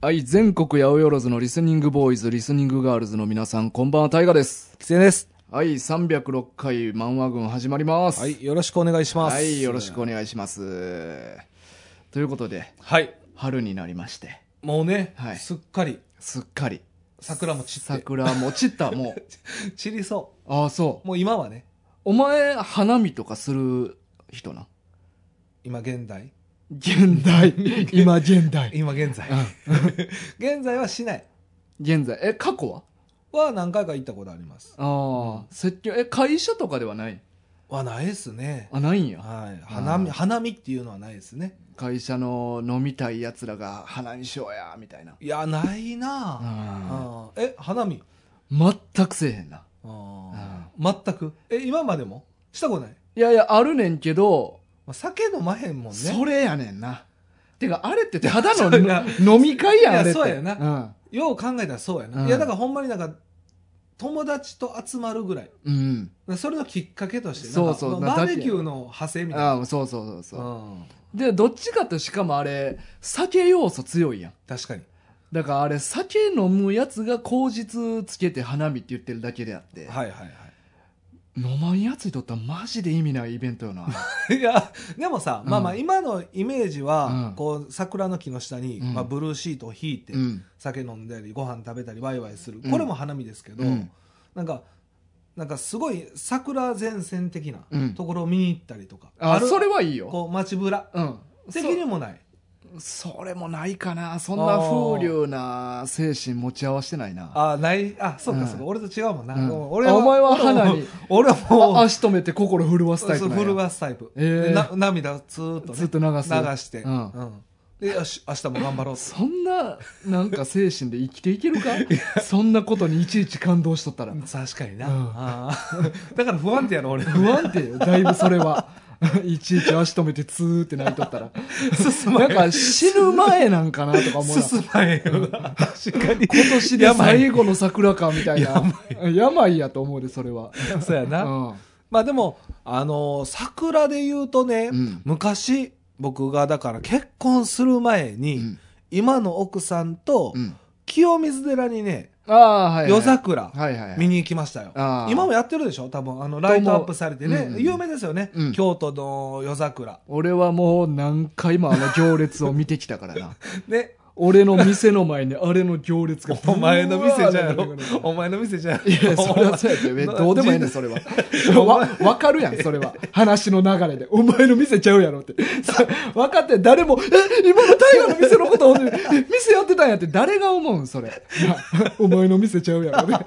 はい、全国八百万のリスニングボーイズ、リスニングガールズの皆さん、こんばんは、タイガです。きつねです。はい、306回漫画軍始まります。は。い、よろしくお願いします。はい、よろしく。お願いします。ということで、はい。春になりまして、もうね、はいすっかりすっかり、桜も散って、桜も散 った、もう。散りそああ、そうう。。もう今はね、お前、花見とかする人な。今現代。現代。 今、現代。今現在。現在はしない。現在。え、過去はは何回か行ったことあります。ああ、説教、え、会社とかではないはないですね。あ、ないんや。はい。花見、あー花見っていうのはないですね。会社の飲みたい奴らが花にしようや、みたいな。いや、ないなああーえ、花見ー全くせえへんな。あー全く。え、今までもしたことない。いやいや、あるねんけど、まあ酒飲まへんもんね。それやねんな。てか、あれってただの そうや飲み会やん、いやあれって。そうやなな。よう考えたらそうやな、うんいやだからほんまになんか友達と集まるぐらいうん。それのきっかけとしてなそうそうなんかまあだバっーてベキューの派生みたいなああ、そうそうそうそうう。んで、どっちかってしかもあれ、酒要素強いやん。確かにだからあれ、酒飲むやつが口実つけて花見って言ってるだけであって、はいはい は飲まんやつにとってはマジで意味ないイベントよな。いいやでもさ、うんまあまあ今のイメージは、うんこう桜の木の下に、うんまあ、ブルーシートを引い て、うん。酒飲んだりご飯食べたりワイワイするうんこれも花見ですけど、うんなんかなんかすごい桜前線的なうんところを見に行ったりとか、あ、るそれはいいよ。こう街ぶらうん。的にもないそそれもないかな。そんな風流な精神持ち合わせてないな。あないあそううかんそうか、俺と違うもんな、うんもうあお前は花に俺はもうあ足止めて心震わすタイそプうなんやフルバスタイプ、ええな涙ずーっと,、ね、ずっと流す流して、うんうんでよし明日も頑張ろうとそんななんか精神で生きていける かそんなことにいちいち感動しとったら確かにな、うんあー だから不安定や ろ俺不安定よだいぶそれは いちいち足止めてツーって泣いとったら進まなへんんか死ぬ前なんかなとか思うな進まへんよな確か に今年で最後の桜かみたいな病病やと思うでそれは、そうやうな、ん、まあでもあのー桜で言うとね、うん昔僕がだから結婚する前に、うん今の奥さんとうん清水寺にね、ああはい、はい、夜桜、はいはいはい見に行きましたよあ。ー今もやってるでしょ多分、あの、ライトアップされてとね思。ううん有名ですよね、うん京都の夜桜。俺はもう何回もあの行列を見てきたからな ね。俺の店の前にあれの行列がお前の店じゃうわろーって。お前の店じゃろ。いや、それはそうやって、どうでもいいねん、それは。わ、わかるやん、それは。話の流れで。お前の店ちゃうやろって。さ分かって、誰も、え、今の大河の店のこと、ほんで店やってたんやって、誰が思うん、それ。 なお前の店ちゃうやろね。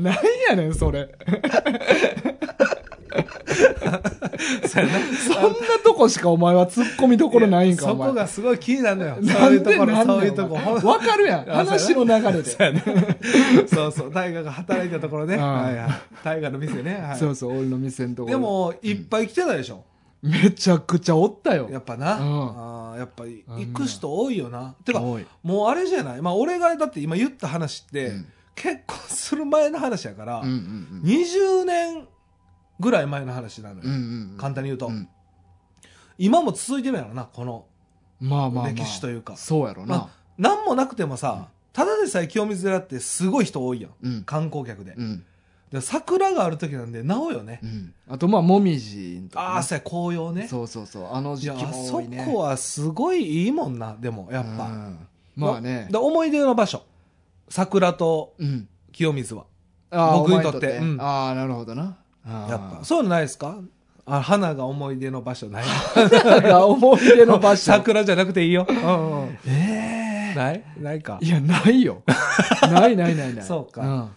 なんやねん、それ。そうやなそんなとこしかお前は突っ込みどころないんか、そお前こ。がすごい気になるのよ。なそういんうとでこなろ、んなんそういうとこ。ほんわかるやん、あ話そのう流れで。そうやなそうそう。大河が働いたところね。うんはいはい。大河の店ね。はいそうそう、俺の店のとこでろ。も、いっぱい来てたでしょ。めちゃくちゃおったよ。やっぱな。うんあーやっぱり、うん行く人多いよな。てか、多いもうあれじゃないまあ、俺がだって今言った話って、うん結婚する前の話やから、うんうんうん20年ぐらい前の話なのよ。うんうんうん簡単に言うと、うん今も続いてるやろな、この。まあまあ、まあ、歴史というかそうやろな、まあ、なんもなくてもさ、ただでさえ清水寺ってすごい人多いやん。うん観光客で。うんで桜がある時なんで、なおよね。うんあとまあもみじとかね、ああ、そうや、紅葉ね。そうそうそうあのい時や、期あもそ多いねこはすごいいいもんな、でも、やっぱ。うんまあねだ思い出の場所。桜とうん清水は。ああ僕にお前とってうんああなるほどなああやっぱ。そういうのないですかあ花が思い出の場所ない。だ から思い出の場所桜じゃなくていいよ。うんうんええないないか。いやないよないないないないそうかん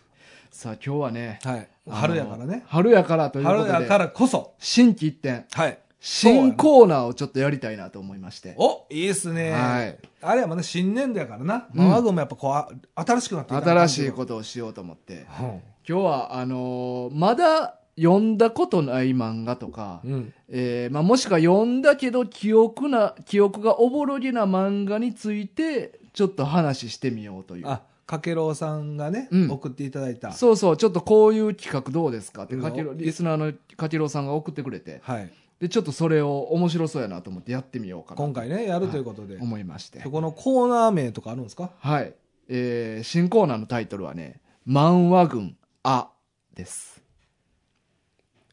さあ今日はねはい。春やからねあの。春やからということ春でやからこそ。新規一点はい。新コーナーをちょっとやりたいなと思いましておいいっすね。はいあれはまだ新年度やからな。うんマワグもやっぱこうあ、新しくなってい新しいと。ことをしようと思ってうん今日はあのーまだ読んだことない漫画とか、うん。えーまあ、もしくは読んだけど記憶な記憶がおぼろげな漫画についてちょっと話してみようというあ、かけろうさんがねう、ん送っていただいた。そうそうちょっとこういう企画どうですかってうんかけろリスナーのかけろうさんが送ってくれてはい。でちょっとそれを面白そうやなと思ってやってみようかな今回ね、やるということで。思いましてそこのコーナー名とかあるんですかはい、えー新コーナーのタイトルはね「漫画軍あ」です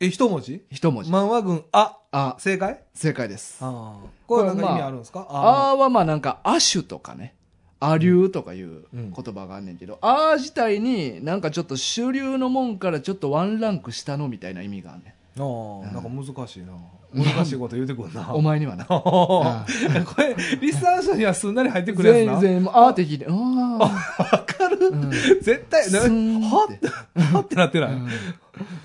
え、一文字一文字漫画軍、あ、あ正解正解ですあああ。これなんか意味あるんですかああはまあなんか「亜種」とかね「亜流」とかいううん言葉があんねんけど「あ」自体になんかちょっと主流のもんからちょっとワンランク下のみたいな意味があんねんあー。なんか難しいな。難しいこと言うてくんな。お前にはな これ、リスナー者にはすんなり入ってくれ全るや員つな。全員もうあーって聞いて「 あわかるん絶対、なすんはって、はってなってあ、なういん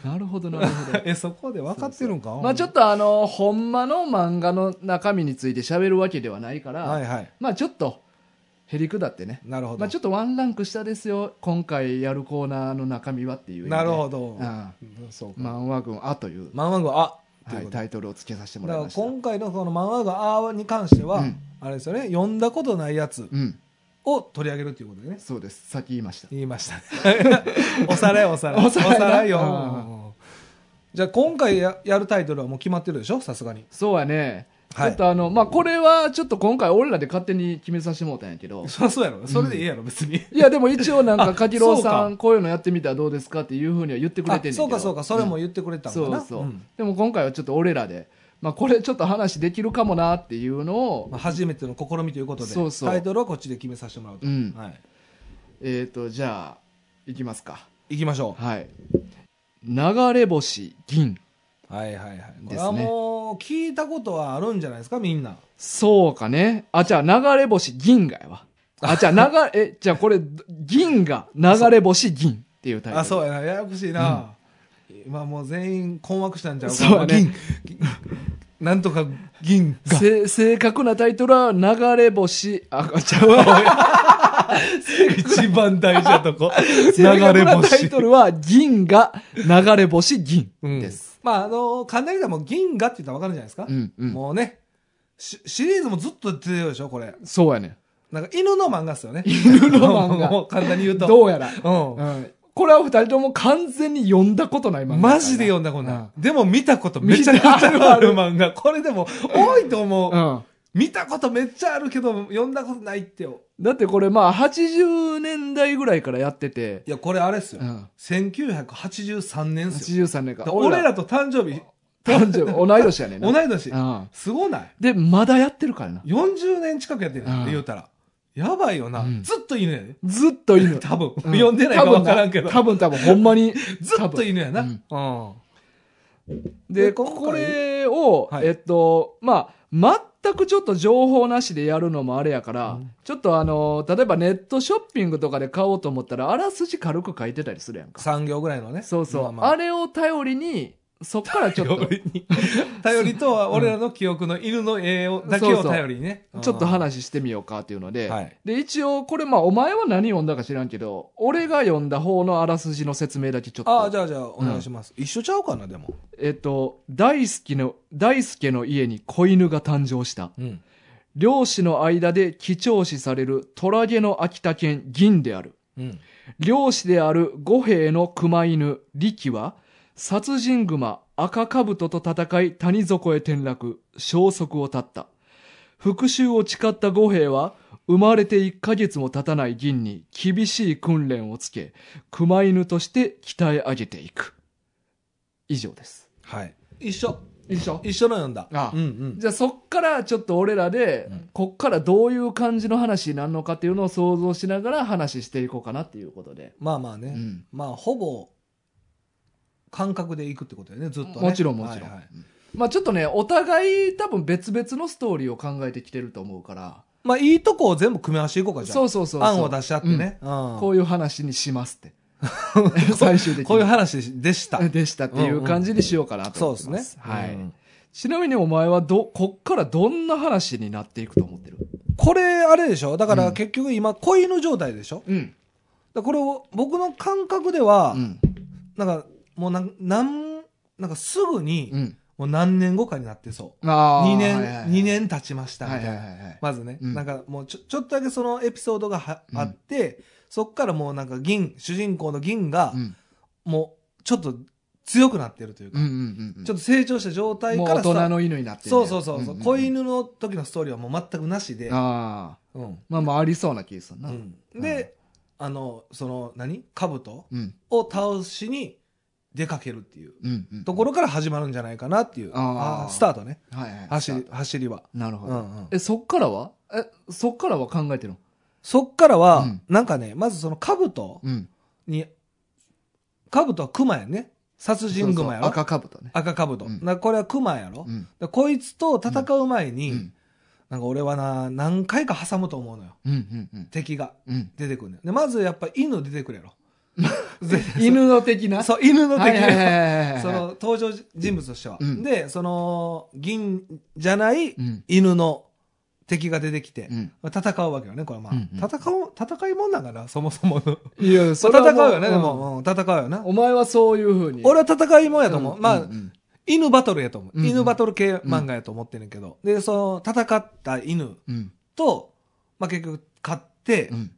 なるほどなるほど」え、そこで分かってるんかまあちょっとあの、ほんまの漫画の中身について喋るわけではないから、はいはい。まあちょっと、へりくだってね。なるほまどあち。ょっとワンランク下ですよ。今回やるコーナーの中身はっていう意味で。なるほど。あうんそうあ。か。漫画軍あという、漫画軍、あってはいいうことタイトルを付けさせてもだらいからました。今回のこの漫画が「あ」に関しては、うんあれですよね読んだことないやつうん、を取り上げるっていうことでねそうです。さっき言いました。言いましたねおさらいおさらいおさらいなようんじゃあ今回ややるタイトルはもう決まってるでしょさすがにそうやね。はちいょっとあの、まあこれはちょっと今回俺らで勝手に決めさせてもらったんやけど、そりゃそうやろそれでいいやろ別に、いやでも一応なんか、かきろうさ、あそうんこういうのやってみたらどうですかっていうふうには言ってくれてんねんけあど。そうかそうかそれも言ってくれたそのかな、うそう、んでも今回はちょっと俺らで、まあ、これちょっと話できるかもなっていうのをま、あ、初めての試みということでそうそうタイトルはこっちで決めさせてもらうと、うんはい、えっ、とじゃあいきますかいきましょうはい流れ星銀はいはいはいこでれすはねもう聞いたことはあるんじゃないですかみんなそうかねあじゃあ流れ星銀河やわあじゃあ 流れえじゃあこれ銀河流れ星銀っていうタイトルあそうやなややこしいな、今もう全員困惑したんちゃうそうやね銀銀なんとか銀がせ正確なタイトルは流れ星あちゃうわ 一番大事なとこ 流 正確れなタイ星トルは銀河流れ星銀うんです、まああの簡単に言ったらもう銀河って言ったら分かるじゃないですか、うんうんもうねしシリーズもずっと出てるでしょこれそうやねなんか 犬の漫画っすよね犬の漫画 もう簡単に言うとどうやらうんうんこれは二人とも完全に読んだことない漫画だからマジで読んだことない。でも見たことめちゃくちゃある 漫画。これでも多いと思う。うん見たことめっちゃあるけど、読んだことないってよ。だってこれまあ80年代ぐらいからやってて、いや、これあれっすよ。うん1983年っすよ。 83年かだら俺らと誕生日、誕生日同い年やねんな同い年う。んすごないでまだやってるからな ?40 年近くやってるうんって言うたら。やばいよな。うんずっと犬やね。ずっと犬多分。うん読んでないか分からんけど。多分な多分多分ほんまに ずっと犬やな。ううんん。ででこ今回これを、はいえっとまあ全くちょっと情報なしでやるのもあれやから、うんちょっとあの例えばネットショッピングとかで買おうと思ったらあらすじ軽く書いてたりするやんか3行ぐらいのね。そうそう、まあまれを頼りにそっからち ょっと頼りに。頼りとは、俺らの記憶の犬の絵を、だけを頼りにね。ちょっとうん話してみようかっていうので、はいで一応これまあお前は何読んだか知らんけど俺が読んだ方のあらすじの説明だけちょっとああ、じゃあじゃあ、お願いします。一緒ちゃうかな、でも。えっと大好きの大輔の家に子犬が誕生したうん。漁師の間で貴重視される虎毛の秋田犬銀であるうん。漁師である五兵の熊犬力は殺人熊赤兜と戦い谷底へ転落消息を絶った復讐を誓った五兵は生まれて1ヶ月も経たない銀に厳しい訓練をつけ熊犬として鍛え上げていく以上ですはい。一緒。一緒一緒の読んだ。ああうんうん。じゃあそっからちょっと俺らで、うんこっからどういう感じの話になるのかっていうのを想像しながら話していこうかなっていうことで、まあまあうね。んまあ、ほぼ、感覚でいくってことだよね、ずっとね。もちろんもちろん、はいはいまあちょっとねお互い多分別々のストーリーを考えてきてると思うからまあ、いいとこを全部組み合わせていこうか、じゃあ。そうそうそうそう案を出し合ってね。うんうんここういう話にしますって 最終的にういう話でした。でしたっていう感じにしようかなとそう思ってですまねす。はいうんちなみにお前はどこっからどんな話になっていくと思ってるこれ、あれでしょだかうらん結局今、子犬状態でしょうん、だからこれを、僕の感覚ではう、んなんか、もうなん、なん、なんかすぐにう、ん、もう何年後かになってそう。あ2年、はいはいはい2年経ちましたみはたいいな、はいはいはいまずね、うんなんかもうちょちょっとだけそのエピソードがはうんあって、そっからもうなんか銀主人公の銀がうんもうちょっと強くなってるというか、うんうんうん。ちょっっと成長した状態もうか大らスタ人の犬になってるねそうそうそうそう、んん子犬の時のストーリーはもう全くなしで、ああ。うんまあまあありそうな気がするうな。うん。ん、で、あのその何兜うん。を倒しに出かけるっていううん。うんところから始まるんじゃないかなっていう、あーあースタートねはいはい。走り走りは、なるほうど。んうんえ、そっからはえ、そっからは考えてるのそっからは、うんなんかねまずその兜うん。に兜は熊やね殺人そう熊そうやろ赤かぶとね。赤兜、うんなこれは熊やろ、うん。でこいつと戦う前うに、ん。なんか俺はな何回か挟むと思うのようん。うん敵がうん。うん。出てくるのよでまずやっぱ犬出てく るやろ絶対犬の的なそう犬の敵はいはいはいはいはい。その、登場人物としては、うんでその銀じゃないうん。犬の敵が出てきて、うん。まあ戦うわけよねこれはまあ、うんうん戦う戦いもんなんかなそもそものいや、戦それはうもよね、でも、うん戦うようんなお前はそういうふうに。俺は戦いもんやと思う、まあ、んん犬バトルやと思う、うんうん犬バトル系漫画やと思ってんねんけど、でその戦った犬うん。と、まあ、結局勝って、うん。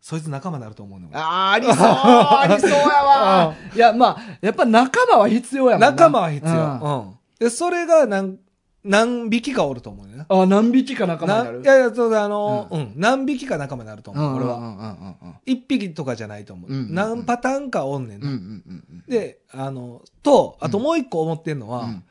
そいつ仲間になると思うのよ俺あーありそう ありそうやわいや、まあ、やっぱ仲間は必要やもんな仲間は必要、うんうんでそれが何何匹かおると思うねんなあ、何匹か仲間になるいやいや、そうだ、あの、ううん、何匹か仲間になるとう思う、ん、俺は。は。うん、うん、一匹とかじゃないと思う。うんうんうん何パターンかおんねんうん、うな、んうんうん。で、あの、と、あともう一個思ってんのうは、ん、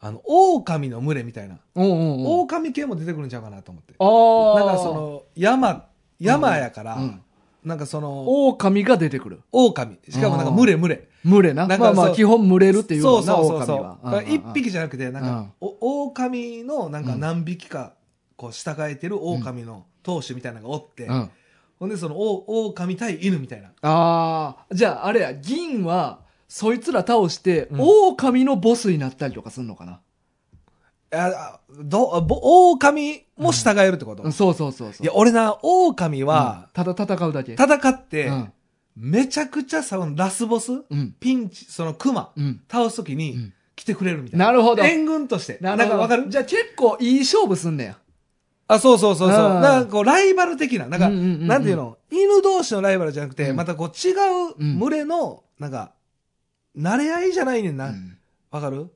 あの、狼の群れみたいな。うん、うんうん。狼系も出てくるんちゃうかなと思って。ああ。なんかそ、の、山、山やから、うん。なんかその、狼が出てくる。狼。しかもなんか群れ群れ。群れな。なんまかあまあ、そう基本群れるっていうそもうんな、そうそうそ狼う。はだ。から一うん。匹じゃなくて、なんか、お狼のなんか何匹か、こう従えてる狼の当主みたいなのがおって、うん。ほんで、その、お、狼対犬みたいな。ああ。じゃあ、あれや、銀は、そいつら倒して、うん狼のボスになったりとかするのかな。あ、ど、ぼ、狼も従えるってこと、ういん、そうそうそうそう。や、俺な、狼は、うんただ戦うだけ。戦って、うん。めちゃくちゃさ、ラスボスうん。ピンチ、その熊、うん。倒すときうにん来てくれるみたいな。なるほど。援軍として。なんるほかどわかるじゃあ結構いい勝負すんねや。あ、そうそうそうそう。うんなんかこう、ライバル的な、なんか、うんうんうんうんなんていうの、犬同士のライバルじゃなくて、うんまたこう、違う群れの、なんか、慣れ合いじゃないねんな。わ、うんかる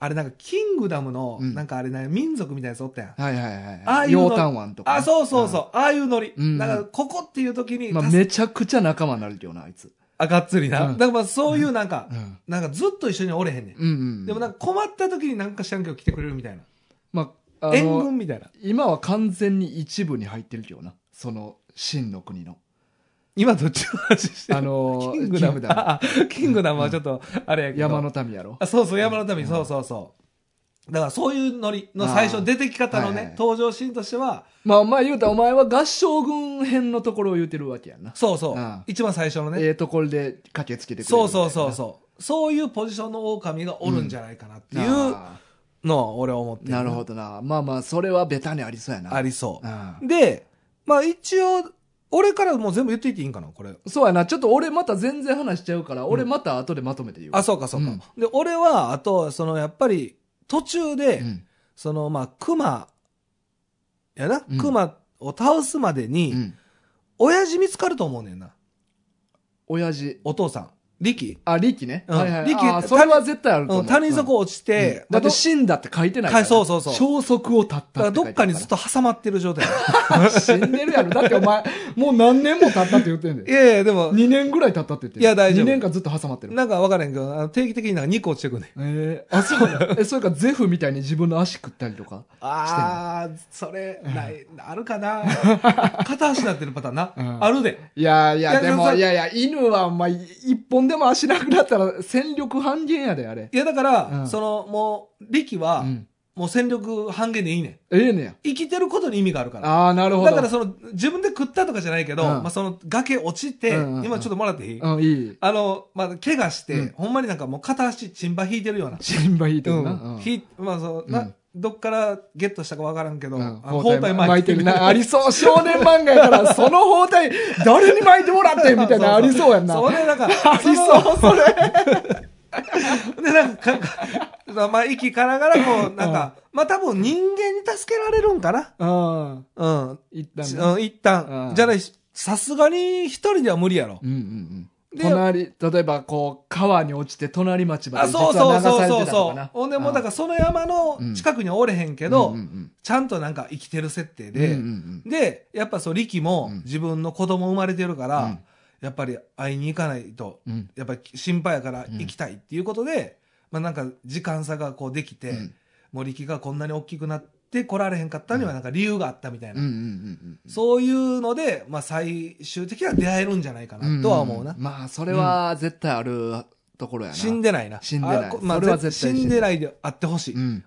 あれなんか、キングダムの、うんなんかあれな、民族みたいなやつおったやん。はいはいはい。ああいうの洋丹湾とかね。あ、そうそうそう。ああいうノリ。うんだから、ここっていう時に、うん。まあ、たすめちゃくちゃ仲間になるけどな、あいつ。あ、がっつりな。うんだからまあ、そういうなんかう、ん。なんかずっと一緒におれへんねん。うんうん。でもなんか、か困った時になんか知らんけど来てくれるみたいな。まあ、あ援の、軍みたいな。今は完全に一部に入ってるけどな。その、真の国の。 今どっちの話してるあのーキングダキムングダムだ。あキングダムはちょっと、あれやけど。山の民やろ。あ、そうそう、山のう民、んそうそうそう。だからそういうノリの最あ初ー出てき方のはいはねい、登場シーンとしては、まあ、お前言うたらお前は合唱軍編のところを言うてるわけやな。そうそうあー。一番最初のえね。えところで駆けつけてくれるみたいそな。うそうそうそう。そういうポジションの狼がおるんじゃないかなっていうあのを俺は思ってーなるほどど。な。まあまあ、それはベタにありそうやな。ありそう。うんで、まあ一応、俺からもう全部言っていっていいんかな、これ。そうやな。ちょっと俺また全然話しちゃうから、俺また後でまとめて言う。あ、そうかそうか。うんで、俺は、あと、その、やっぱり、途中で、うん。その、まあ、熊、やな、うん熊を倒すまでに、うん。親父見つかると思うねんな。親父。お父さん。力あ、力ね。うんはいはい。力あーそれは絶対あると思うう。ん、谷底を落ちて、だってだ死んだって書いてないから。はいそうそうそう消息を絶ったて書からいてどっかにずっと挟まって る状態。死んでるやろ。だってお前、もう何年も経ったって言ってんいで。やいや、でも、 2年ぐらい経ったって言ってるいや大丈夫2年間ずっと挟まってる。なんか分からへんけど、あの定期的になんか2個落ちてくんねん。えー、あ、そうだ。え、それかゼフみたいに自分の足食ったりとか。あー、それ、ない、あるか な片足なってるパターンな。うんあるで。いやいいや、やででもも、さいやいや、犬はお前、一本でも足なくなったら戦力半減やで、あれ。いや、だから、うんその、もう、力は、うん。もう戦力半減でいいねん。ええねや。生きてることに意味があるから。ああ、なるほど。だからその、自分で食ったとかじゃないけど、うんまあその崖落ちて、うんうんうん今ちょっともらっていい、うん、いい。あの、まあ怪我して、うんほんまになんかもう片足チンバ引いてるような。心配引いてるな。うん。ひまあそう、うな、んどっからゲットしたかわからんけど、うんあの包帯巻巻いいててるる。な。ありそう。少年漫画やから、その包帯、誰に巻いてもらってみたいな、ありそうやんな。それなんか、ありそう、それ。う。で、なんか、かまあ息からがらこう、なんか、まあ多分人間に助けられるんかな。うん。うん。一旦ちね。うん、一旦。うんじゃないし、さすがに一人では無理やろ。うんうんで隣、例えばこう、川に落ちて隣町まあで実そうはそう流さそうれそうてたとそかなう。。ほんでもうだからその山の近くにはおれへんけけど、うんうんちゃんとなんか生きてる設定うんうんで、うんで、やっぱそう、力もうん自分の子供生まれてるから、うんやっぱり会いに行かないと、うんうんやっぱり心配やからうん行きたいっていうことで、まあなんか時間差がこうできて、うんもう力がこんなに大きくなって来られへんかったにはなんか理由があったみたいな。うんうんうんそういうので、まあ最終的には出会えるんじゃないかうんなとは思うな。まあ、それは絶対あるところやな。死んでないな。死んでないあこまあ、それは絶対死んでないであってほしい、ううん。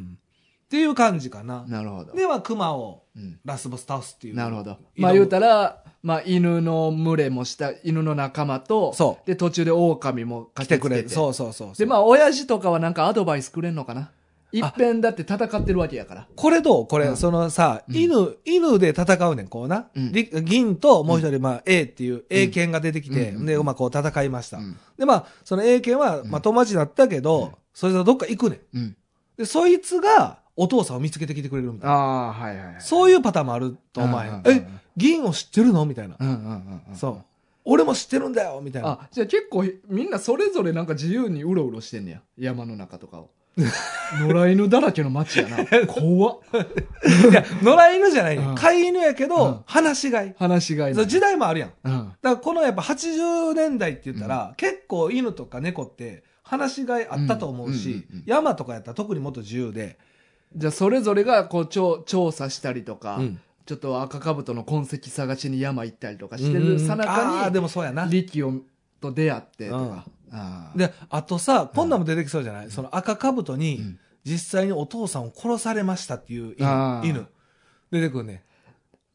ん。っていう感じかな。なるほど。では、熊をうんラスボス倒すっていう。なるほど。挑むまあ言うたら、まあ犬の群れもした、犬の仲間と、そう。で、途中で狼も来駆てけくつれける。て。そうそうそうそう。で、まあ親父とかはなんかアドバイスくれんのかな。一遍だって戦ってるわけやから。これどうこれ、うんそのさ、うん犬、犬で戦うねん、こうな。うんり銀ともう一人、まあ、A っていう、A 犬が出てきて、うんで、まあ、こう戦いました。うんで、まあ、その A 犬は、まあ、友達だったけど、うんそれとどっか行くねん。うん。で、そいつが、お父さんを見つけてきてくれるみたいな。ああ、はいはいはい。そういうパターンもあると思わへうんん。うんうんえ、銀を知ってるのみたいなう。んうんうんうん。そう。俺も知ってるんだよみたいな。あ、じゃあ結構みんなそれぞれなんか自由にうろうろしてんねや。山の中とか を。野良犬だらけの街やな。怖 っ。いや、野良犬じゃないねうんん。飼い犬やけうどん、放し飼い。話がいいそう時代もあるやん。うん。だからこのやっぱ80年代って言ったら、結構犬とか猫って話しがいあったと思うし、うんうんうんうん山とかやったら特にもっと自由で、じゃあそれぞれがこう調調査したりとか、ちょっと赤かぶとの痕跡探しに山行ったりとかしてるさなあかーでにもそうやな。リキをと出会ってとか、あーで、あとさ、こんなんも出てきそうじゃない、その赤兜うにん実際にお父さんを殺されましたっていうあ犬。ー犬出てくるね。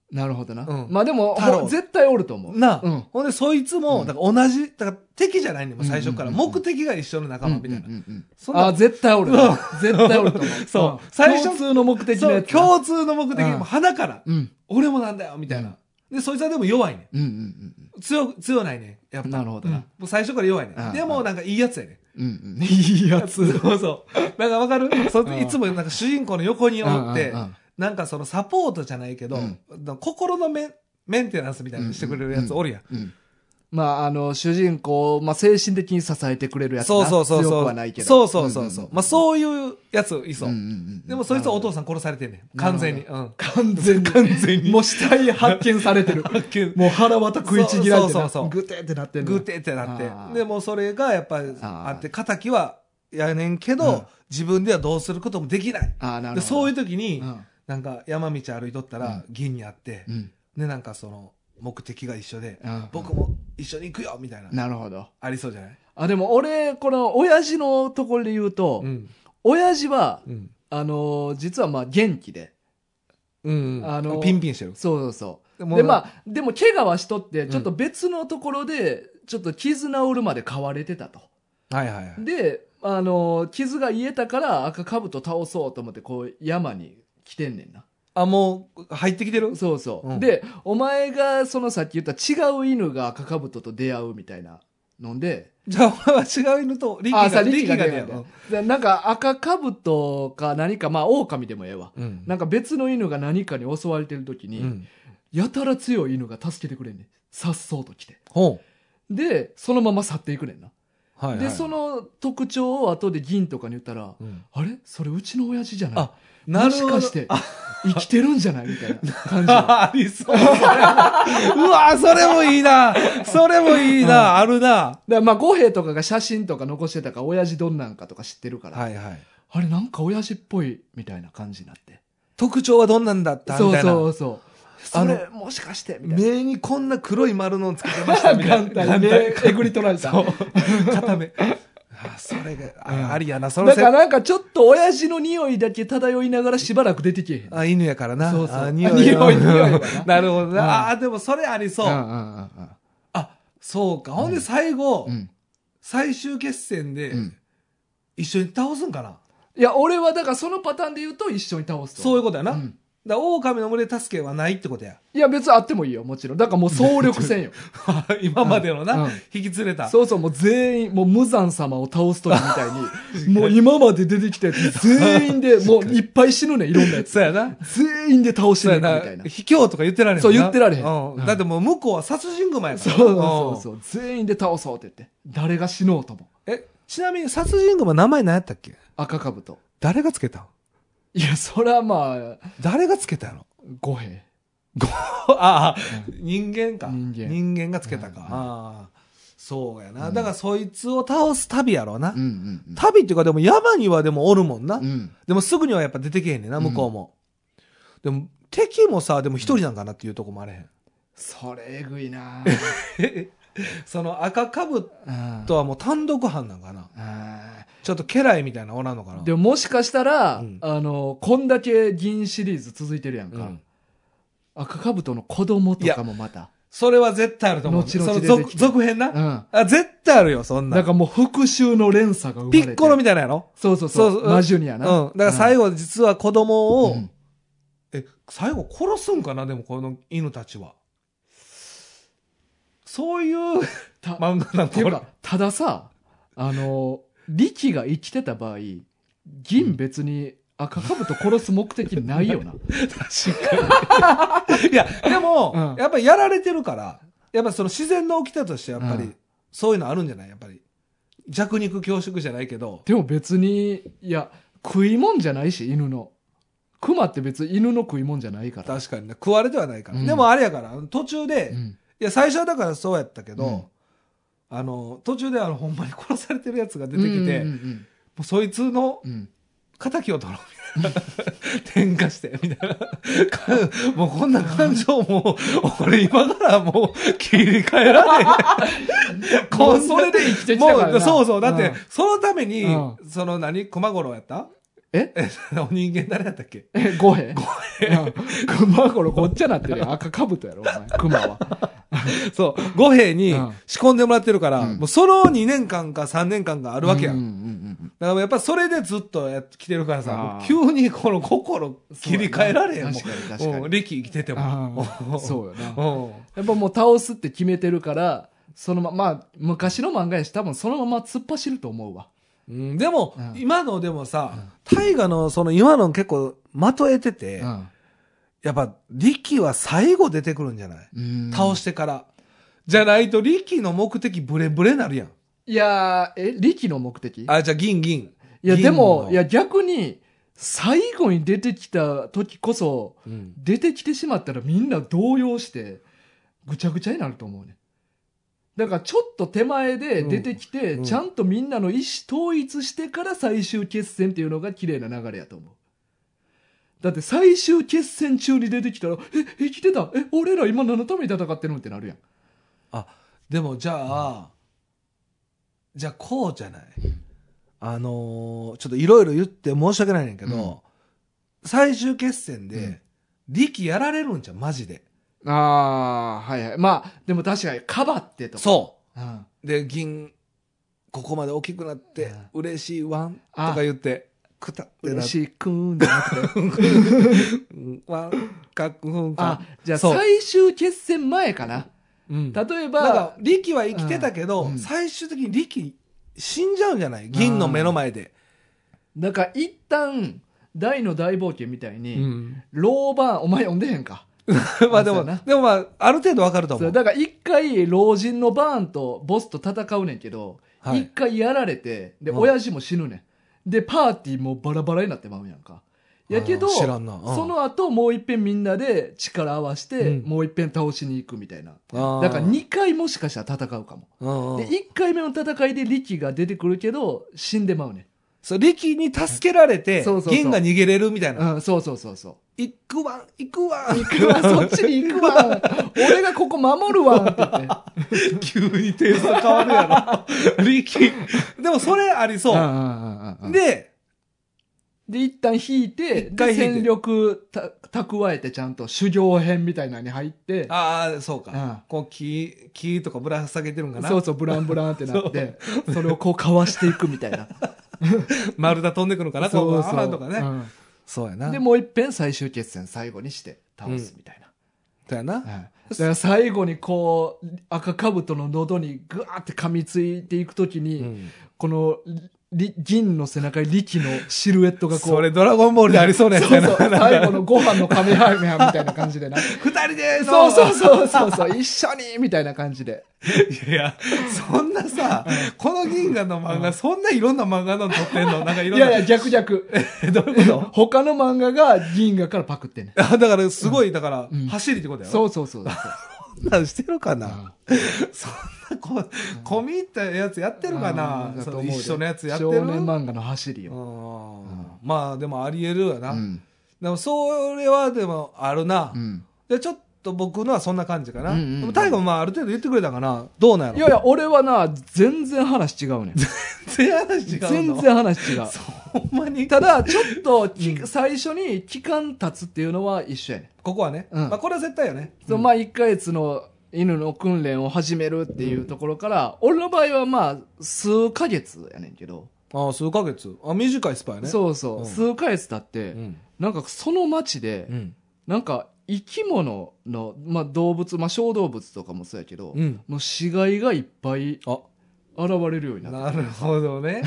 なるほどな、うんまあでも太郎もう絶対おると思うなあ、うんほんでそいつも、うんだから同じ、だから敵じゃないねんもう最初から、うんうんうんうん目的が一緒の仲間みたいな。うんうんうんうんそんなあー絶対おるうん絶対おると思う そう最最初共初通の目的のそやう、つな共通の目的、うんもう鼻から、うん俺もなんだよ、みたいな。で、そいつはでも弱いねうんうんん。強く、強ないねん。やっうぱん。なるほどうんな、もう最初から弱いねうんん。でもなんかいいやつやねうんうん、いいやん。つそうそう。なんかわかるそうんいつもなんか主人公の横におってうんうんうん、なんかそのサポートじゃないけどうん、心のメンメンテナンスみたいなのしてくれるやつおるやん。うんまああの主人公を、まあ、精神的に支えてくれるやつなそうそうそう強そくう。はないけどそうそうそうそう。まあうそういうやついそう。ででもそいつはお父さん殺されてんねん。完全に。うん。完全に。完全にもう死体発見されてる。 発見もう腹渡食いちぎられてそなうそうそうそうグテって なってる。グテってなあーって。でもうそれがやっぱりあーあって、仇はやねんけうんど、自分ではどうすることもできない。ああ、なるほど。でそういうう時に、ん。なんか山道歩いとったらう銀にあって、うん。でなんかその目的が一緒で、うん僕も一緒に行くよみたいな、なるほど。ありそうじゃない、あ、でも俺、この親父のところで言うと、ん親父は、うんあのー実はまあ元気で。うんあのピンピンしてるそうそうそう。でで、まあ、でも怪我はしとって、んちょっと別のところで、ちょっと傷治るまで飼われてたと。はいはいはいで、あのー傷が癒えたから赤かぶと倒そうと思って、こう山に来てんねんな。あもう入ってきてるそうそう、うんでお前がそのさっき言った違う犬が赤かぶとと出会うみたいなのでじゃあお前は違う犬と力あがさ力が出会ねうんだよでなんか赤かぶとか何かまあ狼でもええわうんなんか別の犬が何かに襲われてる時うに、んやたら強い犬が助けてくれんねんさっそうと来てほでそのまま去っていくねんな、うはいはいでその特徴を後で銀とかに言ったら、うんあれそれうちの親父じゃないあなもるほしどかしてあ生きてるんじゃないみたいな感じ ありそう。うわそれもいいな。それもいいな。あるだな。からまあ五平とかが写真とか残してたから親父どんなんかとか知ってるから、はいはい。あれなんか親父っぽいみたいな感じになって特徴はどんなんだったみそうたいな。そうそうそあのれもしかしてみたいな目にこんな黒い丸のをつけてましたみたいな。眼帯ねえぐり取られたそう。片目。あ、それが、うんあありやな。そのだせからなんかちょっと親父の匂いだけ漂いながらしばらく出てきへんあ、犬やからな。そうそうあ匂いあ匂い匂いやな なるほどうんな。あ、でもそれありそうう。んうんうんうんあ、そうか。ほんで最後う、ん最終決戦でうん一緒に倒すんかな。いや俺はだからそのパターンで言うと一緒に倒すとそういうことやな。うんだから狼の群れ助けはないってことや。いや、別にあってもいいよ、もちろん。だからもう総力 戦よ。 今までのな、うん引き連れた。そうそう、もう全員、もう無惨様を倒すときみた いに、もう今まで出てきたやつ全員 で、もういっぱい死ぬねん、いろんなやつ。そうやな。全員で倒しそうねやんなな。みたいな。卑怯とか言ってられへんそもんうな言ってられへんううんだってもう向こうは殺人熊やかそら。う そうそうう。全員で倒そうって言って。誰が死のうとも。ん。え、ちなみに殺人熊名前何やったっけ赤兜。誰がつけたんいや、そらまあ、誰がつけたの 五兵。ああ、人間か。人間がつけたか。うんああ、そうやな。うんだからそいつを倒す旅やろうな。んうん旅っていうかでも山にはでもおるもんな。うん。でもすぐにはやっぱ出てけへんねんな、向こうも。でも敵もさ、でも一人なんかなっていうとこもあれへん。それ えぐいなえその赤かぶうんとはもう単独犯なんかな。あちょっと家来みたいなのおらんのかな。ーでももしかしたら、うんあの、こんだけ銀シリーズ続いてるやんうかん。赤兜の子供とかもまた。それは絶対あると思う。後そ々の出て続きて続編な、うん。あ。絶対あるよ、そんななんん。かもう復讐の連鎖が生まれピてッコロみたいなやろそうそうそう。そうそうマジュニアうん。な。だから最後、実は子供を、うんえ、最後殺すんかなでもこの犬たちは。そういうた漫画なんっていうこれか、たださ、あの、力が生きてた場合、銀別に赤兜殺す目的ないよ な。確か に。いや、でも、うんやっぱりやられてるから、やっぱその自然の掟としてやっぱうりん、そういうのあるんじゃないやっぱり。弱肉強食じゃないけど。でも別に、いや、食いもんじゃないし、犬の。熊って別に犬の食いもんじゃないから。確かにね、食われてはないから。うんでもあれやから、途中で、ういんや、最初はだからそうやったけど、うんあの、途中であの、ほんまに 殺されてるやつが出てきて、うんうもんうそいつのうんうん敵を取ろう みたいな。転化して、み たいな。かもうこんな感情もう、俺今からもう切り替えられへん。もうそれで生きてきたからなもうそうそう。だって、うんそのために、うその何熊五郎やったええ、 お人間誰やったっけえ、五兵五兵。熊これごっちゃなってるやん。赤兜やろ、お前。熊は。そう、五兵にうん仕込んでもらってるから、うんもうその2年間か3年間があるわけや。うんんうんうんうんだからやっぱそれでずっとやってきてるからあさ、ー急にこの心切り替えられへんもん。確かに確かにうん力生きててもあ。 ーそうよな。うん。やっぱもう倒すって決めてるから、そのま、まあ、昔の漫画やし、多分そのまま突っ走ると思うわ。うん、でも、うん今のでもさ、大河のその今の結構まとえてて、やっぱ力は最後出てくるんじゃない、うん倒してから。じゃないと力の目的ブレブレなるやん。いやー、え、力の目的いあ、じゃあ銀銀。や、で銀も、のいや、逆に、最後に出てきた時こそ、うん出てきてしまったらみんな動揺して、ぐちゃぐちゃになると思うね。だからちょっと手前で出てきて、うんうんちゃんとみんなの意思統一してから最終決戦っていうのが綺麗な流れやと思う。だって最終決戦中に出てきたら、え、生きてたえ、俺ら今何のために戦ってるのってなるやん。でもじゃあ、じゃあこうじゃない。あのーちょっといろいろ言って申し訳ないねんけど、最終決戦で、力やられるんじゃん、マジで。ああ、はいはい。まあ、でも確かに、かばってとか。そう。うん。で、銀、ここまで大きくなって、嬉しいわん、とあか言って、くたってな嬉っして、くんじゃなくて。うんわん、かっこん あか。、じゃあそう最終決戦前かな。うん。だ例えからば、、力は生きてたけど、うん最終的に力、死んじゃうんじゃない銀の目の前で。なんか一旦、大の大冒険みたいに、ん。老婆、お前読んでへんか。 まあでも、そうやなでもまあ、ある程度わかるとそ思うう。だから一回、老人のバーンとボスと戦うねんけど、一、はい回やられて、で、うん親父も死ぬねん。で、パーティーもバラバラになってまうんやんか。やけど、あー知らんな。うんそ、の後もう一遍みんなで力合わせて、うんもう一遍倒しに行くみたいな。だだから、2回もしかしたら戦うかも。うんで、うん。 1回目の戦いで力が出てくるけど、死んでまうね。そう、力に助けられてそうそう、そう銀が逃げれるみたいな。うん、そうそうそうそう。行くわん、行く わん。行くわ、そっちに行くわ。俺がここ守るわ。って言って。急に点数変わるやろ。 力。でもそれありうんうそんうんうんうう。んで、で、一旦引いて、一回で引いて戦力た蓄えてちゃんと修行編みたいなのに入って、ああ、そうか。うんこう、木、木とかぶら下げてるんかな。そうそう、ブランブランってなって、 それをこうかわしていくみたいな。丸太飛んでくるのかな、こう、あーとかね。うんそうやなでもういっぺん最終決戦最後にして倒すみたいな、そうやなはいだから最後にこう赤かぶとの喉にぐわーって噛みついていくときに、うんこのり銀の背中に力のシルエットがこうそれドラゴンボールでありそうなやつそやうなそう最後のご飯のカメハメハみたいな感じ でな二人でそうそううそうそうそう一緒にみたいな感じでいやいやそんなさこの銀河の漫画そんないろんな漫画の撮ってんのなんかいいろんなやいや逆 逆どういうこと他の漫画が銀河からパクって んねんあだからすごいだからうん走りってことやろそうそうそうそうそんなんしてるかな、うそんなこ込み入ったやつやってるかな、うんだとその思うで一緒のやつやってる少年漫画の走りうよ、んうんまあでもありえるような、んでもそれはでもあるな、うんでちょっと僕のはそんな感じかな、うんうんうんでも大悟もまあある程度言ってくれたかなどうなんいややろいや俺はな全然話違うね ん全然話違うの全然話違う そうほんまにただちょっとき、うん最初に期間経つっていうのは一緒やねんここはね、うんまあ、これは絶対よねそうまあ1ヶ月の犬の訓練を始めるっていうところから、俺の場合はまあ数ヶ月やねんけど、ああ数ヶ月あ短いスパイねう、そうそう、ん数ヶ月経って、んなんかその町で、うんなんか生き物の、まあ、動物、まあ、小動物とかもそうやけど、うん、の死骸がいっぱいあ現れるようになったなるほどね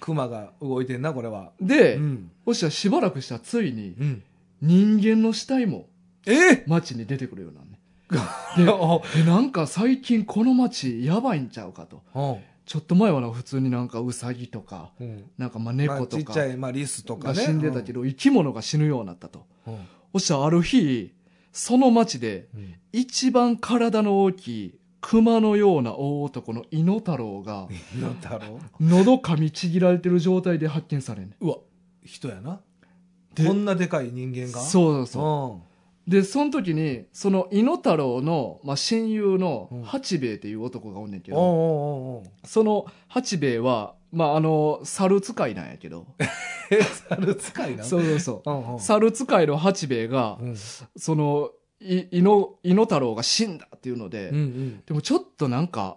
熊が動いてんなこれはで、ん、そしたらしばらくしたらついにうん、人間の死体もえ町に出てくるようになるね ええなんか最近この町やばいんちゃうかとちょっと前はな普通になんかウサギとかうんなんかまあまあ猫ちとっちゃかい、まあ、リスとかがね死んでたけど、生き物が死ぬようになったと。うんうんそしたらある日、その町で一番体の大きい熊のような大男の猪太郎が、なんだろ喉噛みちぎられてる状態で発見されんねううわ人やなでこんなでかい人間ん。がそうそううそう。で、その時に、その猪太郎の、まあ、親友のうん八兵衛っていう男がおんねんけんおうど、おうおうおうその八兵衛は、まあ、あの、猿使いなんやけど、え猿使いなそうそうそう。うんうん猿使いの八兵衛が、うんその、い、猪の、いの太郎が死んだっていうので、うんでもちょっとなんか、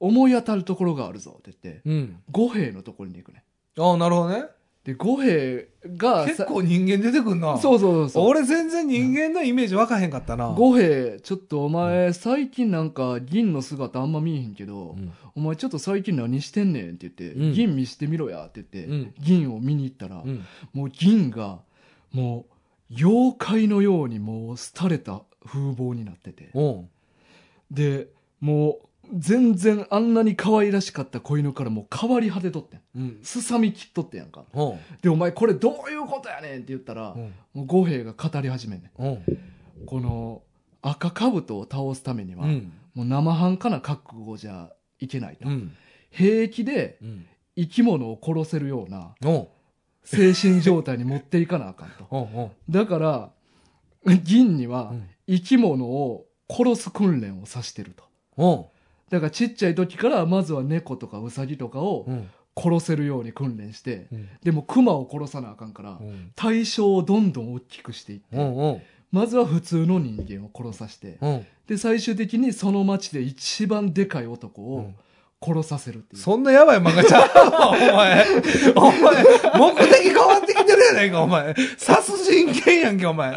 思い当たるところがあるぞって言って、うんうん五兵衛のところに行くね。ああなるほどねで、五兵衛が、結構人間出てくんなさそうそうそうそう。俺全然人間のイメージ分かへんかったな五兵衛、ちょっとお前、最近なんか銀の姿あんま見えへんけど、うんお前ちょっと最近何してんねんって言って、うん銀見してみろやって言って、うん銀を見に行ったら、うんもう銀が、もう、妖怪のようにもう廃れた風貌になってて。おうでもう全然あんなに可愛らしかった子犬からもう変わり果てとってんうんすさみきっとってやんかおうでお前これどういうことやねんって言ったら、うんもう五兵衛が語り始めんねおうんこの赤兜を倒すためには、うんもう生半可な覚悟じゃいけないと、うん平気でうん生き物を殺せるようなおう精神状態に持っていかなあかんと おうおうだから銀にうはん生き物を殺す訓練をさしてるとおうだからちっちゃい時からまずは猫とかウサギとかをうん殺せるように訓練してうんでもクマを殺さなあかんからうん対象をどんどん大きくしていっておうおうまずは普通の人間を殺させてうんで最終的にその町で一番でかい男を殺させるっていう、そんなやばい漫画ちゃうわお前。お前、目的変わってきてるやないか、お前。殺人犬やんけ、お前。いお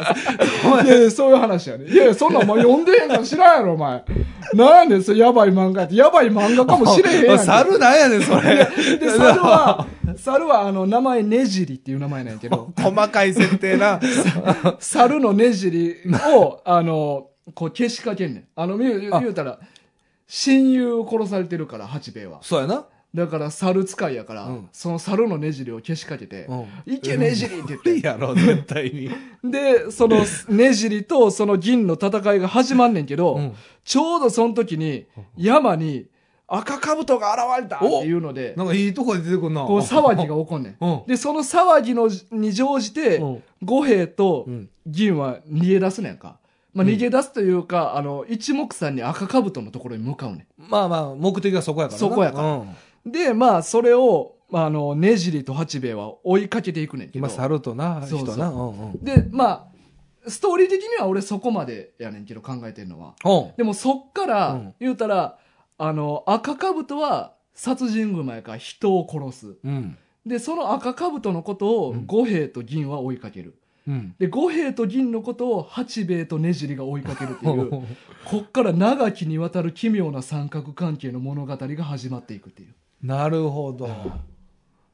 前、やいやそういう話やねいやいやそんなんお前読んでへんから知らんやろお 前なんでそれやばい漫画やってやばい漫画かもしれへ んやんけ猿なんやねん、それ。で猿は猿はあの名前ねじりっていう名前なんやけど細かい設定な。猿のねじりを、あの、こう消しかけんねん。あの、言う言うあ言うたら、親友を殺されてるから、八兵衛は。そうやな。だから猿使いやから、うんその猿のねじりを消しかけて、うんいけねじりって言無理って。やろ、絶対に。で、そのねじりとその銀の戦いが始まんねんけど、うんちょうどその時に、山に赤兜が現れたっていうので、なんかいいとこで出てくんな。こう騒ぎが起こんねん。うんで、その騒ぎのに乗じて、うん五兵衛とうん銀は逃げ出すねんか。まあ、うん逃げ出すというか、あの、一目散に赤兜のところに向かうねまあまあ、目的はそこやからそな。こやからうんん。で、まあ、それを、まあ、あの、ねじりと八兵衛は追いかけていくねんけど。今、猿とな、そうそう人な。うんうんで、まあ、ストーリー的には俺そこまでやねんけど考えてんのは。うんでもそっから、うん言うたら、あの、赤兜は殺人熊やから人を殺す。うん。で、その赤兜のことをうん五兵と銀は追いかける。うん。で、五兵と銀のことを八兵衛とねじりが追いかけるって いう、こっから長きにわたる奇妙な三角関係の物語が始まっていくっていう。なるほど。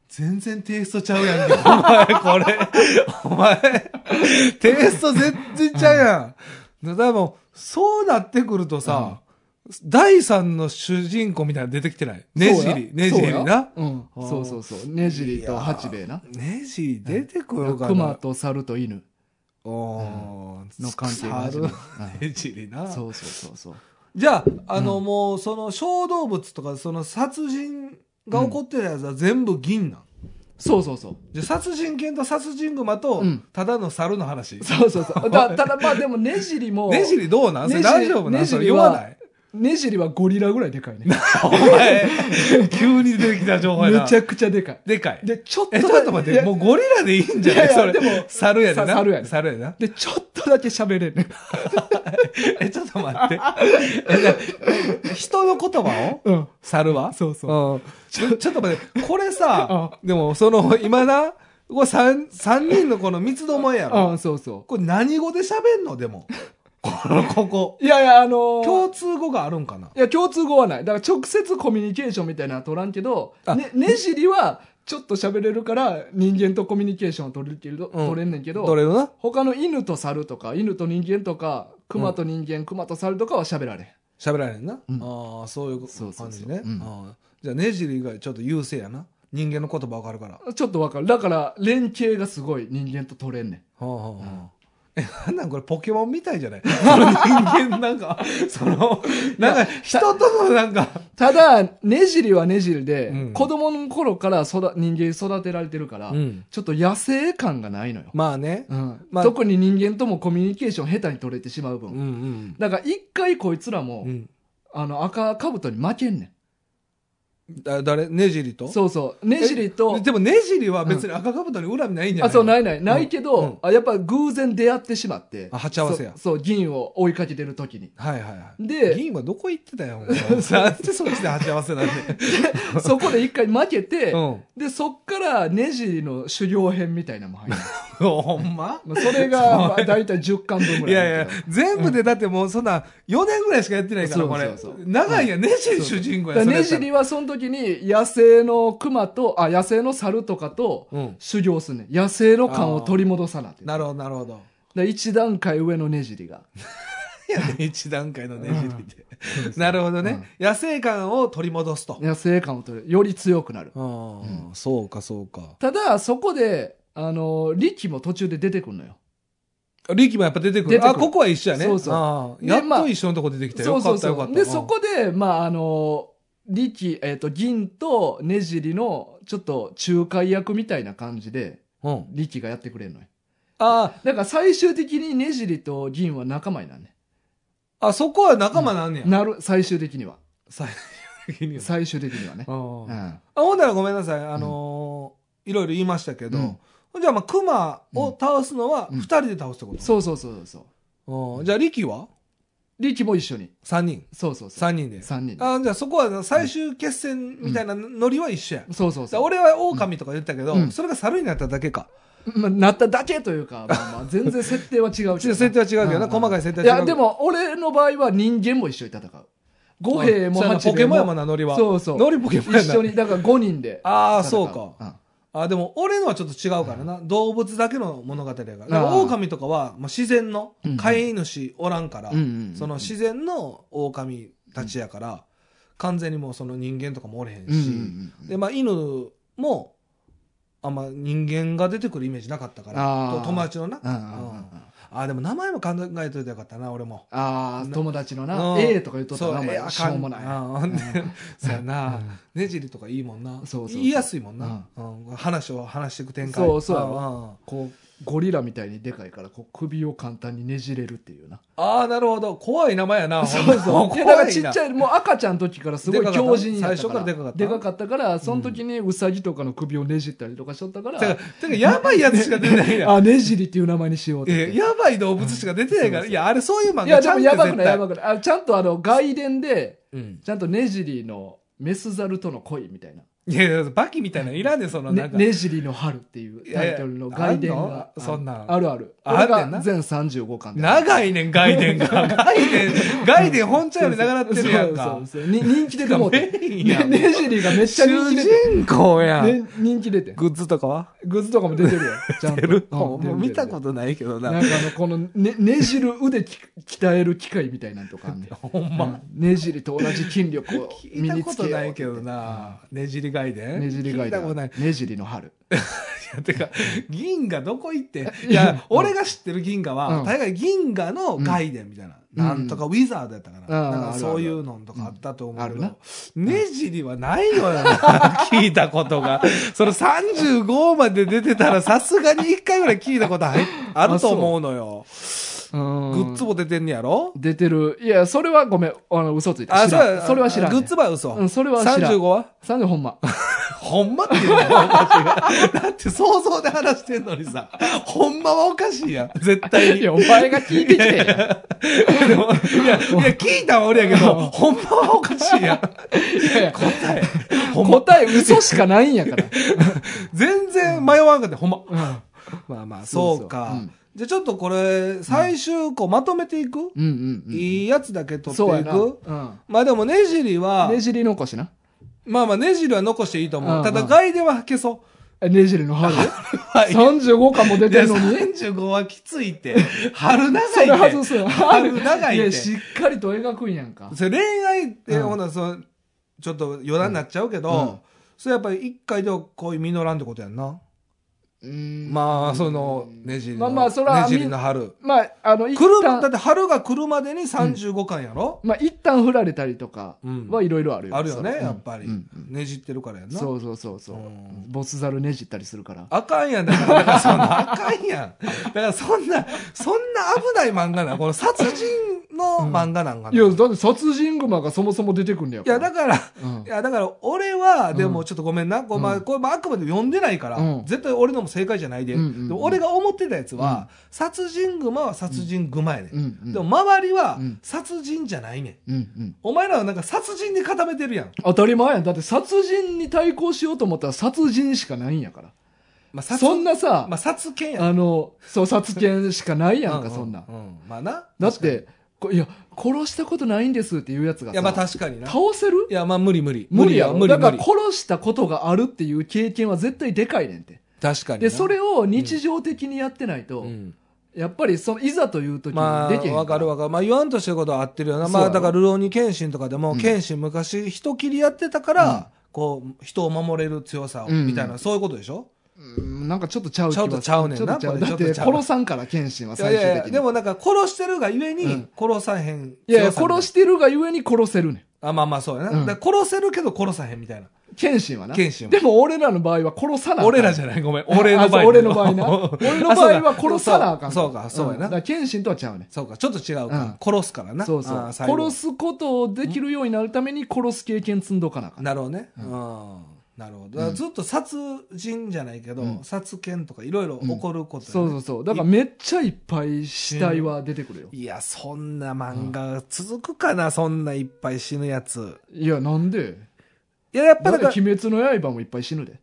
全然テイストちゃうやんけ、お前、これ。お前、テイスト全然ちゃうやん。だからもう、そうなってくるとさ、第三の主人公みたいなの出てきてない。ねじり、ねそじりうやな。。うん。そうそうそう。ねじりと八兵衛な。ねじり出てくるか熊な。と猿と犬おーの関係が始猿まのる。うんねじりな。そうそうそうそう。じゃあ、あの、うもう、その、小動物とか、その、殺人が起こってるやつは全部銀なん。そうそうそう。じゃあ、殺人犬と殺人熊とうん、ただの猿の話。そうそうそう。だただまあでもねじりも、ねじりどうなんそれねじり大丈夫なねんじそれり言はわないねじりはゴリラぐらいでか いね。お前、急に出てきた情報やな。めちゃくちゃでかい。でかい。で、ちょっとえ、だちょっと待っいて、やもうゴリラでいいんじゃないいやいやそれ。でも猿やでな。さ猿やで猿やな。で、ちょっとだけ喋れんねん。 え、ちょっと待って。えじゃあ 人の言葉をうん。猿はそうそう。うんちょちょっと待って、これさ あ、でもその、今な、これ三三人のこの三つどもえやろ。あそうそこれ何語で喋んのでも。この、ここ。う。いやいや、あのー共通語があるんかないや、共通語はない。だから直接コミュニケーションみたいなのは取らんけど、あね、ねじりはちょっと喋れるから人間とコミュニケーションを取れるけど、うん取れんねんけど、どれよな他の犬と猿とか、犬と人間とか、熊と人間、熊と猿とかは喋られん。喋られんな。うんああ、そういうこそうそうそう感じね。うんああじゃあ、ねじり以外ちょっと優勢やな。人間の言葉わかるから。はちょっとわかる。だから、連携がすごい人間と取れんねん。あはあはあえ、なんなんこれポケモンみたいじゃ ないその人間なんか、その、なんか人とのなんか、ただ、ねじりはねじりで、うん子供の頃から育人間育てられてるから、うんちょっと野生感がないのよ。まあね。うんまあ特に人間ともコミュニケーション下手に取れてしまう分。うんうん。だから一回こいつらも、うんあの赤兜に負けんねだ誰ねじりとん。そうそう。ねじりえと、でもねじりは別に赤かぶとに恨みないんじゃない。あ、そう、ないいない。ないけど、うんあやっぱ偶然出会ってしまって。あ鉢合わせやそ。そう、銀を追いかけてる時 に。はいはいはい。で、銀はどこ行ってたよ、お前なんでそっちで鉢合わせなんで。そこで一回負けて、うん。で、そっからねじりの修行編みたいなのも入る。 ほんままあそれが、まあ、大体10巻分ぐいらいやあいるや、全部でだってもうそんな4年ぐらいしかやってないから、そうこれそうそ。う長いやん、ねじり主人け公ど。だやからねじりは。はその時に野生の熊と、あ、野生の猿とかとうん。修行すんねん。野生の感を取り戻さなって。なるほど、なるほど。だ1段階上のねじりが。いやね、 一段階のねじりで。なるほどね。野生感を取り戻すと。野生感を取る。より強くなる。ああ、そうか、そうか。ただ、そこで、あの、力も途中で出てくるのよ。力もやっぱ出てく出てる。くるあ、ここは一緒やね。そうそうああでやっまあと一緒のとこ出てきたよ。そうよかそうった、そよかっう。た。で、そこで、まあ、あの、力、えっ、と、銀とねじりの、ちょっと仲介役みたいな感じで、うん。うん。力がやってくれるのよ。あだから最終的にねじりと銀は仲間になんねあ、あ、そこは仲間なんねや。なる、最終的には。最終的には。最終的にはね。うあ、ん。ほんならごめんなさい。あのーいろいろ言いましたけど、うんほんじゃあ、まあ、熊を倒すのはうん二人で倒すってこと、そうそうそうそう。うんじゃあ、力は力も一緒に。三人。そうそうそう。三人で。三人で。あじゃあ、そこは最終決戦みたいなノリは一緒や。そうそうじそゃあう。俺は狼とか言ったけど、うんそれが猿になっただけか。まあ、なっただけというか、まあまあ、全然設定は違うけど な。ちょっと設定は違うけどな、ん細かい設定いは違うや、けでど。も、俺の場合は人間も一緒に戦う。五兵もそうやな八ポケ兵モンやももんな、ノリは。そうそうノリポケモンやな。一緒に、だから5人で。ああ、戦そうか。。あでも俺のはちょっと違うからな、動物だけの物語やからだからあー狼とかは、まあ、自然のうんうん飼い主おらんから、うんうんうんその自然の狼たちやから、完全にもうその人間とかもおれへんうんうんし、うんでまあ、犬もあんま人間が出てくるイメージなかったからあーと友達のなうん。うんうんうんああーでも名前も考えといてよかったな俺も。ああ、友達のうな、ん A とか言っとったそうら、おえあか前、んしょうもない。あー そうやなねじりとかいいもんなそうそうそう言いやすいもんな、うん話を話していく展開そうそうやあこうゴリラみたいにでかいからこう首を簡単にねじれるっていうなあーなるほど怖い名前やなそほんうま そうい怖やいだかならちっちゃいもう赤ちゃんの時からすごいでかかった強靭やったから最初からでかかったでかかったからその時にウサギとかの首をねじったりとかしとったから、てかてかやばいやつし か出てないやんあねじりっていう名前にしようって言ってえやばい動物しか出てないから、いやあれそういう漫画いやでもやばくないやくばくないあちゃんとあの外伝でうんちゃんとねじりのメスザルとの恋みたいないやいやバキみたいなのいらんねんそのなねん、か、ねじりの春っていうタイトルの外伝いやいやあんのが。そんなんあるある。あんあれねんなが全35巻で長いねん外 伝が外伝外伝本ちゃんより長なってるやんかそうそうそうに人気出てもう て。メインやねんねじりがめっちゃ人気出て。主人公やん、ね、人気出て。グッズとかはグッズとかも出てるよ。ちゃん出と。るうんもう見た出こるとないけど出るななんかあの、このね、ねじる腕き鍛える機械みたいなんとかあんねん。 ほんまうんねじりと同じ筋力を聞い身たにこつとけようないけどなねじり外伝ねじりが聞いいたことないねじりの春。いやてか銀河どこ行ってえ いいやや俺が知ってる銀河は、うん大概銀河の外伝みたいうな、んなんとかウィザードやったかな,、うんなんあかるそういうのとかあったと思うけうんあるど、ねじりはないのよ な聞いたことがその35まで出てたらさすがに1回ぐらい聞いたこと入っあると思うのよググッズも出てんねやろ出てる。いや、それはごめん。あの、嘘ついた。あ知そらんうそれは知らんね。グッズは嘘、うんそれは知らん35は ?35 ほんま。ほんまって言うのよ私がだって想像で話してんのにさほんまはおかしいやん絶対にいや、お前が聞いてきて や。でもいや、いや、聞いたんは俺やけど、ほんまはおかしいやん。いやいや答え。ほんま、答え嘘しかないんやから。全然迷わんかった、ほんま。うんまあまあ、そそううか。うんじゃあちょっとこれ、最終項まとめていく、うんうんうん。いいやつだけ取そうってやいな。くうんまあでも、ねじりは、ねじり残しな。まあまあ、ねじりは残していいとうん思うう。んただ、外では消そえねじりの春う。はい。 35巻も出いてや、んのに。 35はきついって。 春そ長れいって外。すよ。春長いいっや、てし。っかりと描くんやんか。それ恋愛って、うんほなそのちょっと余談になっちゃうけど、うんそれやっぱり一回で恋実らんってことやんな、ままあそのねじりまの、あまあそらねじりの春まあ、あの、一来るだっ旦、て春が来るまでに35巻やろ、まあ、一旦振られたりとかうんはいろいろあるよ。あるよねそれやっぱり、うんうんねじってるからやんなそうそうそうそううん。ボスザルねじったりするから。あかんやんだからだからそんなあかんやんだからそんなそんな危ない漫画なこの殺人の漫画なんかいな、や、だって殺人熊がそもそも出てくんねやいやだかからら。うんいやだから俺はうんでもちょっとごめんな、ごめんうんこれまああくまで読んでないから、うん絶対俺のも正解じゃないで,、うんうんうんでも俺が思ってたやつは、殺人熊は殺人熊やね、、うんんうんでも周りはうん殺人じゃないねんうんうんお前らはなんか殺人で固めてるやん、当たり前やん。だって殺人に対抗しようと思ったら殺人しかないんやから。まあ、殺そんなさ、まあ殺犬やんあの、そう、殺権しかないやんうか、うそんなう。んまあなだって、こいや、殺したことないんですっていうやつがいさやまあ確かにな倒せるいやまあ無理無理無理やよろ無理だ無か理ら殺したことがあるっていう経験は絶対でかいねんて。確かになで、それを日常的にやってないと、うんやっぱりその、いざという時まあ、にできへんらわかるわかる。まあ、言わんとしてることは合ってるよな。そうまやあ、ろだから、ルローニケンシンとかでも、うんケンシン昔、人切りやってたから、うんこう、人を守れる強さを、うんみたいな、そういうことでしょうんなんかちょっとちゃう気はするちょっとちゃうねんなちょっとちゃうだこれっちょってとちゃう殺さんから謙信はいや最い終や的いにや、でもなんか、殺してるがゆえうにん、殺さへんいやいや強さみたな殺してるがゆえに殺せるねあ、まあまあ、そうやな。うんだから殺せるけど殺さへんみたいな。ん謙信はな謙信はでも俺らの場合は殺さない俺らじゃない、ごめん。俺の 場あそ合う俺の場合 な俺の場合あはそうだ殺さなあかんそうか、そうんやだかな。ら謙信とはちゃうねんそうか、ちょっと違うか。殺すからな。そうそあうー最殺後すことをできるようになるために殺す経験積んどかなあかんなるほどね。う。うんんなるほど。だからずっと殺人じゃないけど、うん殺犬とかいろいろ起こることやねそうそうそうだからめっちゃいっぱい死体は出てくるよいや、そんな漫画続くかな、そんないっぱい死ぬやつ。いやなんでいや、やっだぱだってから、鬼滅の刃もいっぱい死ぬで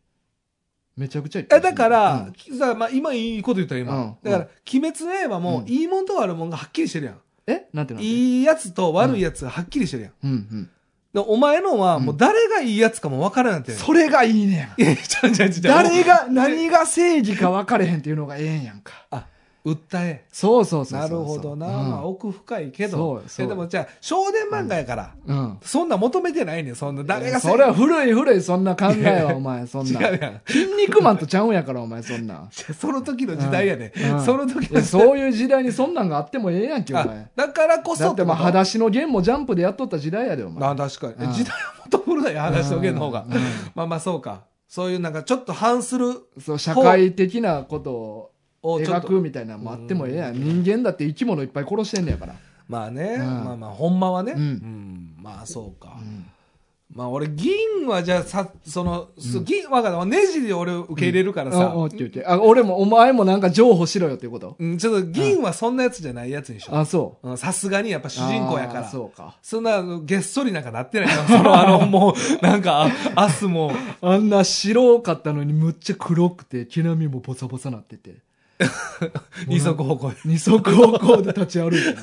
めちゃくちゃいっぱえい死ぬだからうん、きだからまあ、今いいこと言ったよ、今。うんだから、鬼滅の刃も、うんいいもんと悪いもんがはっきりしてるやん。えなんてなんていいやつと悪いやつがはっきりしてるやん。うんうんでお前のは、もう誰がいいやつかもわからんなってる。それがいいねんいやいや、ちゃうちゃうちゃう誰が、何が正義か分かれへんっていうのがええんやんか。あ、訴え。そうそうそうなるほどな。まあ、奥深いけど。そうそうえでも、じゃあ、少年漫画やから、うん。うんそんな求めてないねんそんな、誰がそれは古い古い、そんな考え は、お前、そんな。違うやん。筋肉マンとちゃうんやから、お前、そん な。その時の時代やね、うんその時いやの時代そういう時代にそんなんがあってもええやんけ、おあ前。だからこそだって、まあ、って裸足の弦もジャンプでやっとった時代やで、おこ前。とあ確かに、うん時代はもっと古だよ話しとけんの方が、うんうんまあまあそうかそういうなんかちょっと反するそう、社会的なことををちょ描っくとみたいなのもあってもええやん。人間だって生き物いっぱい殺してんねやから。まあね、うんまあまあほんまはね、うんうんまあそうか、うんまあ俺銀はじゃあさその、そう銀わかったネジで俺受け入れるからさ、あおって言って。あ、俺も、お前もなんか譲歩しろよっていうことうん、ちょっと銀はそんなやつじゃないやつにしよあ、そううんさすがにやっぱう。主人公やかあらーそうか。そんなあのげっそりなんかなってないからそのあのもうなんかあ明日もあんな白かったのにむっちゃ黒くて、毛並みもボサボサなってて。二足歩行で二足歩行で立ち歩いてな。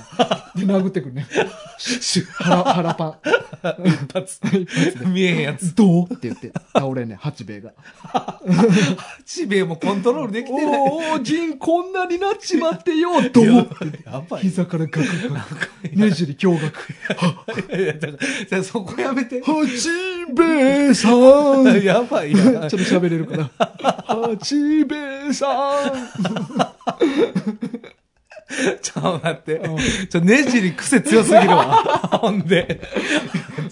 で、殴ってくるね。腹、腹パ一発見えへんやつン。どうって言って、倒れんねん、八兵衛が。ちべえもコントロールできてないおー、人こんなになっちまって よ、どやうばいやばい膝からガクガク。ねじり驚愕。いやいやだからそこやめて八兵衛さん。やばいち やょばっいと喋れるかな。八兵衛さん。ちょっと待ってう。ちょ、ねじり癖強すぎるわ。ほんで。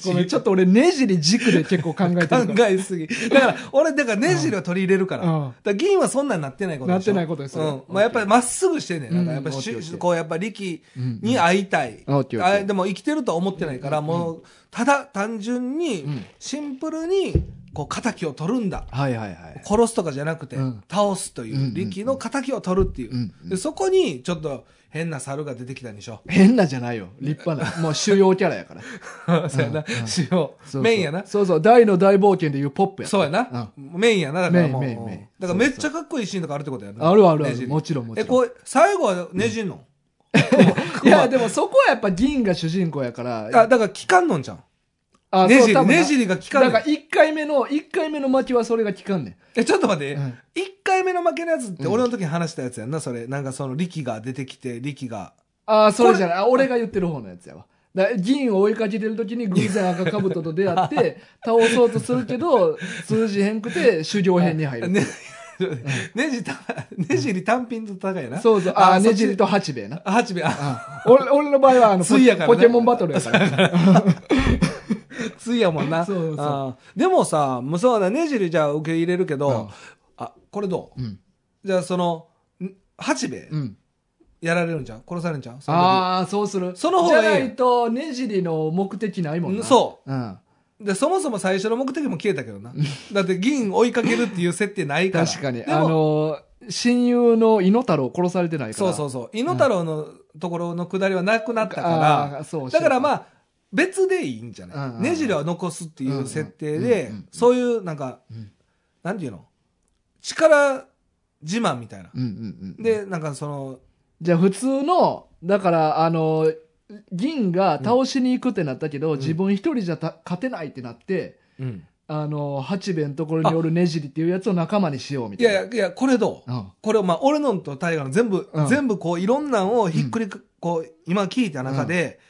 ごめん、ちょっと俺、ねじり軸で結構考えてるから考。えすぎ。だから、俺、だからねじりを取り入れるから。だうんから銀はそんなんなってないことでしょなってないことですうんよ。まあやっぱりまっすぐしてんねん。うなんんかやっぱしオッケーオッケーこうやっぱ力に会いたい。うんオッケーオッケーあでも生きてるとは思ってないから、もう、ただ単純にん、シンプルに、こう、仇を取るんだ。はいはいはい。殺すとかじゃなくて、うん倒すというんうんうう、ん力の仇を取るっていう。うんうんでそこに、ちょっと変な猿が出てきたんでしょ。変なじゃないよ。立派な。もう主要キャラやから。 そうやな、主要そうそうメインやな。そうそう。大の大冒険でいうポップや。そうやな。メインやな。だからもう。メだインメインメインからめっちゃかっこいいシーンとかあるってことやうん。な。あるあるあねじる。りもちろんもちえ、ろん。こう、最後はねじんのいや、でもそこはやっぱ銀が主人公やから。あ、だから効かんのんじゃん。あねじそう多分り、なねじりが効かだんのから1回目の、一回目の巻きはそれが効かんねん。え、ちょっと待ってうん。一回目の負けのやつって俺の時に話したやつやんな、それ。なんかその力が出てきて、力が。ああ、それじゃない。あ俺が言ってる方のやつやわ。だ銀を追いかけてる時に偶然赤かぶとと出会って、 倒そうとするけど、通じへんくて、修行編に入る。ね、 ねじた、ねじり単品と高いな。そうそう。ああ、そっねちじりと八兵衛な。あ八兵衛、あ、俺俺の場合はあのポ 水やからなポケモンバトルやから。 ついやもんな。 そうそうそうあーでもさ、もうそうだ、ねじりじゃあ受け入れるけど、あ、これどう、うんじゃあその、ん八兵衛、うん、やられるんじゃん殺されるんじゃんその時ああ、そうする。その方がいいじゃないと、ねじりの目的ないもんな。。そううん。う。で、そもそも最初の目的も消えたけどな。だって銀追いかけるっていう設定ないから。確かに。であものー、親友の猪太郎殺されてないかそうら。。そううそう。猪太郎のところの下りはなくなったから。あーそうだからまあ、あ、別でいいんじゃない、うんうんねじりは残すっていう設う定で、んうんうんうんそういうなんか、うんなんていうの力自慢みたいな。うんうんうん。で、なんかその、じゃあ普通の、だから、あのー、銀が倒しに行くってなったけど、ん自分一人じゃた勝てないってなって、あのー、八兵衛のところにおるねじりっていうやつを仲間にしようみいたいな。やいや、いや、これどう、うん。これをまあ、俺のんと大河の全部、うん全部こう、いろんなんをひっくりか、こう、今聞いた中で、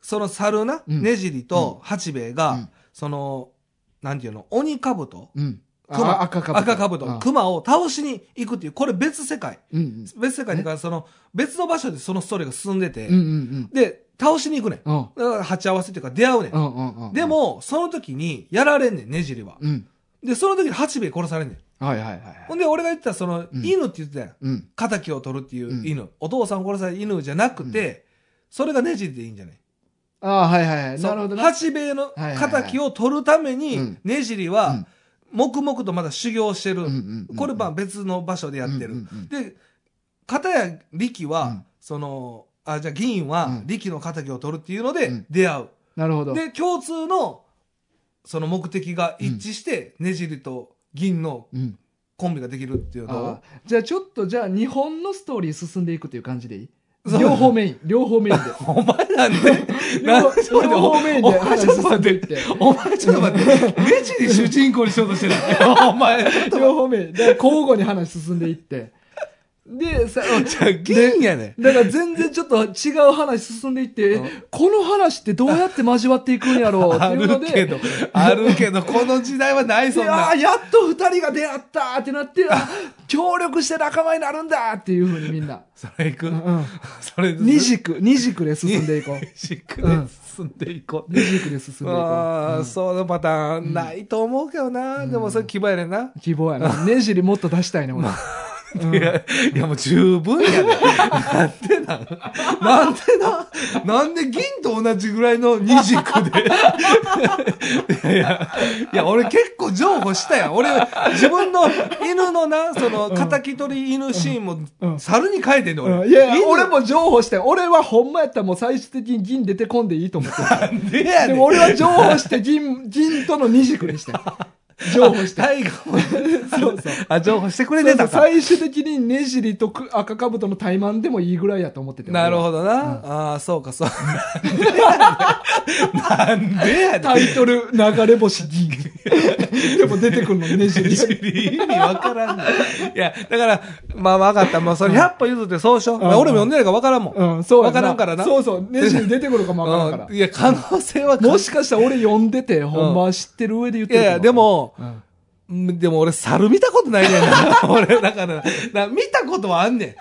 その猿な、うんねじりと八兵衛が、うんその、なんていうの、鬼兜、うん。熊あ赤かぶと。赤兜、熊を倒しに行くっていう、これ別世界。うん。うん別世界っていうか、その、別の場所でそのストーリーが進んでて、うん。うんうんで、倒しに行くねん。うん。うん。だから、鉢合わせっていうか、出会うねん。うんうんうんうん。で、も、その時に、やられんねん、ねじりは。うん。で、その時に八兵衛殺されんねん。はいはいはいはい。ほんで、俺が言ってた、その、うん犬って言ってたやん。うん。仇を取るっていううん犬、お父さんを殺される犬じゃなくて、それがねじりでいいんじゃないああ、はいはいはい。なるほどな。八兵衛のはいはいはい仇を取るたうめにんねじりうはん黙々とまだ修行してる、うんうんうんこれまあ別の場所でやってる、うんうんうんで片や力は、うんそのあじゃあ議員うはん力の仇を取るっていうのでうん出会う、なるほど。で共通のその目的が一致して、ねじりと銀のうん。コンビができるっていうのをあーじゃあちょっと、じゃあ日本のストーリー進んでいくという感じでいいそう両方メイン。両方メインで。お前なんで、両なん方でちょっと待って両方メインおで前話ちょっ進とん待でいっってて。。お前ちょっと待って。目地に主人公にしようとしてない。 お前。両方メイン。で、交互に話進んでいって。で、さ、じゃあ、銀やねだから全然ちょっと違う話進んでいって、うんえこの話ってどうやって交わっていくんやろうってあいうのるで、けど、あるけど、この時代はない、そんであなあ。やっと二人が出会ったーってな ってあ協力して仲間になるんだーっていうふうにみんな、それ行くうん、それ、二軸二軸で進んでいこう二軸で進んでいこう。二軸で進んでいこ ああ、そのパターン、ないと思うけどな。でも、それ、牙やねんな。う希望やなねじりもっと出したいねほらうんいや、いやもう十分やで。なんでなんなんでななんで銀と同じぐらいの二軸で。いやいや、いや俺結構譲歩したやん。俺、自分の犬のな、その、敵取り犬シーンうも、ん猿に変えてんのう俺。んいやい犬や、俺。も譲歩して、俺はほんまやったらもう最終的に銀出てこんでいいと思ってる。なんでやねでんも俺は譲歩して 銀、銀との二軸にして。譲歩して。タイガーもそうそう。あ、譲歩してくれそうてそたうか。最終的にねじりとく赤かぶとの怠慢でもいいぐらいやと思ってて。なるど。ほどな。ああ、そうか、そう。 なんでやねん。なんでやねんタイトル、流れ星銀。 でも出てくるのねじり。意味わからんない。いや、だから、まあ分かった。まあそれ100歩譲ってそうしよう。んまあ俺も読んでないから分からんもん。うん、そうやわからんからなそうそう。ねじり出てくるかもわからん うかんいや、可能性はら。もしかしたら俺読んでて、ほんまは知ってる上で言っいてるやいかや、で、も、うんうんでも俺猿見たことないねんな。 俺、だから、な見たことはあんねん。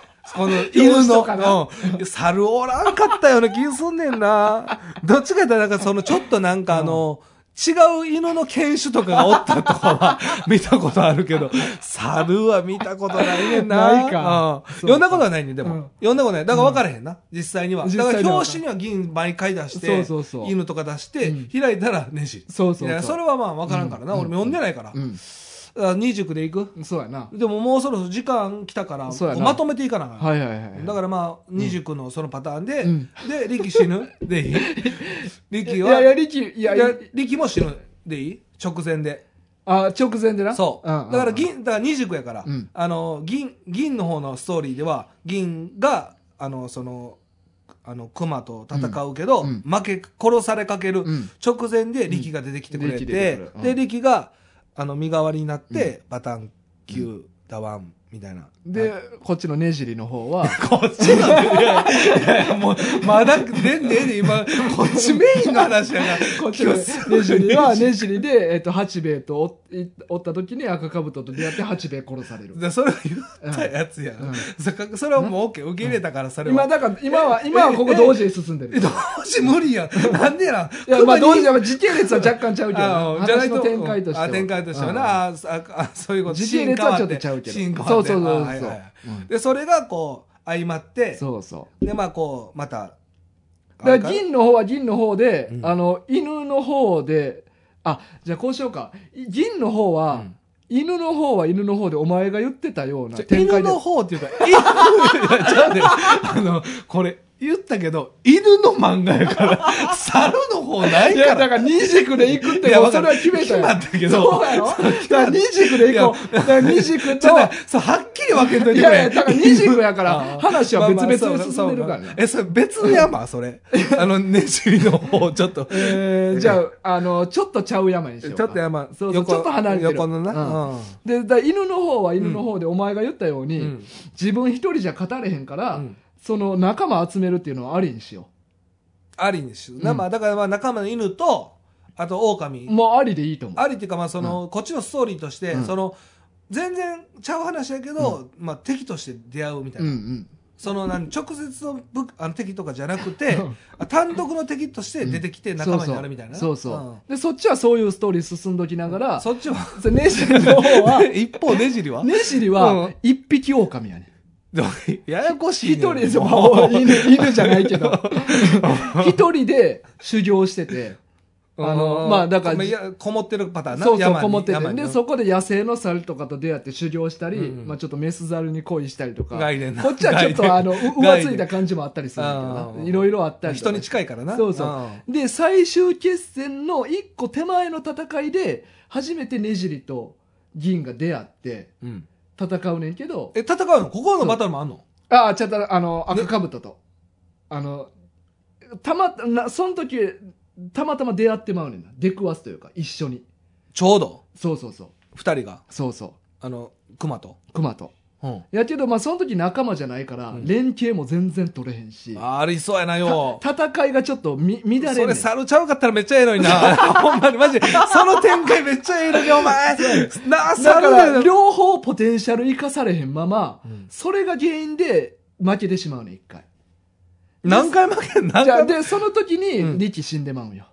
この犬表紙のとかな、うん、猿おらんかったような気すんねんな。どっちかやったらなんかそのちょっとなんかあの、違う犬の犬種とかがおったとかは 見たことあるけど、猿は見たことないねんな。ないかそうん。うか読んだことはないねんでうんも。読んだことない。だから分からへんな。実際には。実だ際にかはら表紙には銀毎回出して、そうそうそう犬とか出して、うん開いたらネジ。そうそうそういやそれはまあ分からんからな。うん俺も読んでないから。うあ29で行くん。そうやな。でももうそろそろ時間来たからそうやなまとめていかなあかんはいはいはい。だからまあ29のそのパターンで、うんで力死ぬで いい力いやはいや、リキ、いや、いや力も死ぬでいい直前であ、直前でな。そう、んんんだから、銀だから29やから、うんあの銀銀の方のストーリーでは銀があのそのあの熊と戦うけど、うん負け殺されかける、うん。直前で力が出てきてくれうて、ん力出てくるうんで力があの身代わりになって、バタン級ダワンみたいな。であ、こっちのねじりの方は、 こっちなんだいやいやいやもうまだ出んねえで 今こっちメインの話やなこっちの今日すねじりはねじりで、えっと、八兵衛とおいおった時に赤かぶとと出会って八兵衛殺される。でそれを言ったやつや、うんそっかそれはもう OK 受け入れたからそれは今、だから、今は、今はここ同時に進んでえる。どうし無理やんなんでやらいや、まあ熊同に時で、時系列は若干ちゃうけどあな、あじゃない話のと展開としては。あ展開としてはな、あああそういううこん。と時系列はちょっとちゃうけど。シーンそ変わっうてそうそうあはいそはうい。でそれがこう相まってそうそう。でまあこうまただから銀の方は銀の方で、うんあの、犬の方で、あ、じゃあこうしようか。い銀の方は、うん犬の方は犬の方でお前が言ってたようなちょ展犬開で。の方って いうか犬いやちゃうねあのこれ言ったけど犬の漫画やから猿の方ないいかや、らだから二軸で行くって、もわうそかれるは決めたよ。決まったけそうどやろだから二軸で行こう。だから二軸ちょとっと、そうはっきり分けといいてくれやいや、だから二軸やからあ、あ話は別々に進んでるまからあまあそうそうそうね。え、それ別の山それ。あの、ねじりの 方、ちょっと。えーじゃあ、あの、ちょっとちゃう山にしちようょか。っと山、そうそうちょっと離れてる横のな。うんうんで、だから犬の方は犬の方で、お前が言ったように、うん自分一人じゃ語れへんから、うんその仲間集めるっていうのはありにしよありにしよううな。んまあ、だからまあ仲間の犬と、あとう。狼。もうありでいいと思う。ありっていうか、まあ、その、こっちのストーリーとして、うんその、全然ちゃう話やけど、まあ、敵として出会うみたいうんな。うん。その、何、直接のぶあの敵とかじゃなくてうん、あ単独の敵として出てきて仲間になるみたいな。そうそう。そうそうで、そっちはそういうストーリー進んどきながうらん。、そっち は、そうネシリの方は、 一方、ねじりはネシリうはん一匹狼やね。でも ややこしい一ねん。人で、まもあう犬、犬じゃないけ ど、一人で修行してて、あのまあだからまいやこもってるパターンな。そうそう山にこもって山て、にで、そこで野生の猿とかと出会って修行したり、うんうんまあちょっとメス猿に恋したりとか、概念なこっちはちょっとあの、う浮ついた感じもあったりするんだあけどな、ーいろいろあったりと人かに近いからな。そうそんで、最終決戦の一個手前の戦いで、初めてねじりと銀が出会って戦うねんけど、え、戦うのここのバトルもあんのああ、ちゃった、あの、赤かぶとと。あの、たま、な、その時、たまたま出会ってまうねんな。出くわすというか、一緒に。ちょうど、そうそうそう。二人が、そうそあの、熊と。う。熊と。うん。やけど、まあ、その時仲間じゃないから、うん連携も全然取れへんし、たありそうやなよ。戦いがちょっとみ乱れんねそんれ猿ちゃうかったらめっちゃええの にな。ほんまに、マジ。その展開めっちゃええのに、おだ前。なあ、か猿ら、だよ。両方ポテンシャル生かされへんまま、うんそれが原因で負けてしまうねん、一回。何回負けん何じゃあ、回負けんで、その時うんに、リキ死んでまうんよ。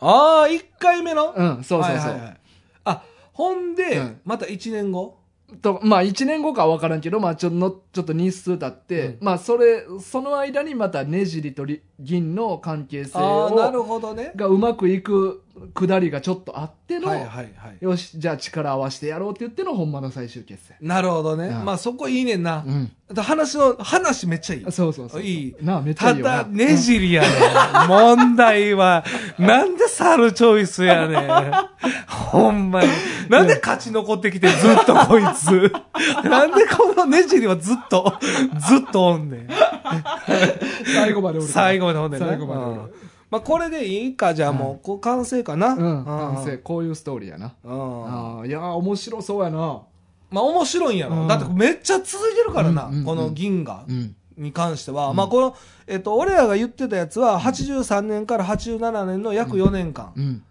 ああ、一回目のうん、そうそうそう。はいはいはいあ、ほんで、うんまた一年後とまあ1年後かは分からんけど、まあ、ちょのちょっと日数経って、うまあそれその間にまたねじりとり銀の関係性ああ、なをるほどね。がうまくいくくだりがちょっとあっての、はいはいはい。よしじゃあ力合わせてやろうって言ってのほんまの最終決戦、なるほどね。うんまあそこいいねんな。うん、あと話の、話めっちゃいい。そうそうそういいなあめっちゃたいいよなだ、ねじりやね ん。問題は、なんで猿チョイスやねん。ほんまに。なんで勝ち残ってきてずっとこい つ。なんでこのねじりはずっと、ずっとおんねん。うん最後まで俺最後までほんねんな最後までおるうんまあこれでいいか、じゃあもう、こう完成かな。うん完成。こういうストーリーやなうん。あーいやー面白そうやなまあ面白いんやうろ。んだってめっちゃ続いてるからなうんうんう、んこの銀河うんに関してうは。んまあこの、えっと、俺らが言ってたやつは、83年から87年の約4年間。うん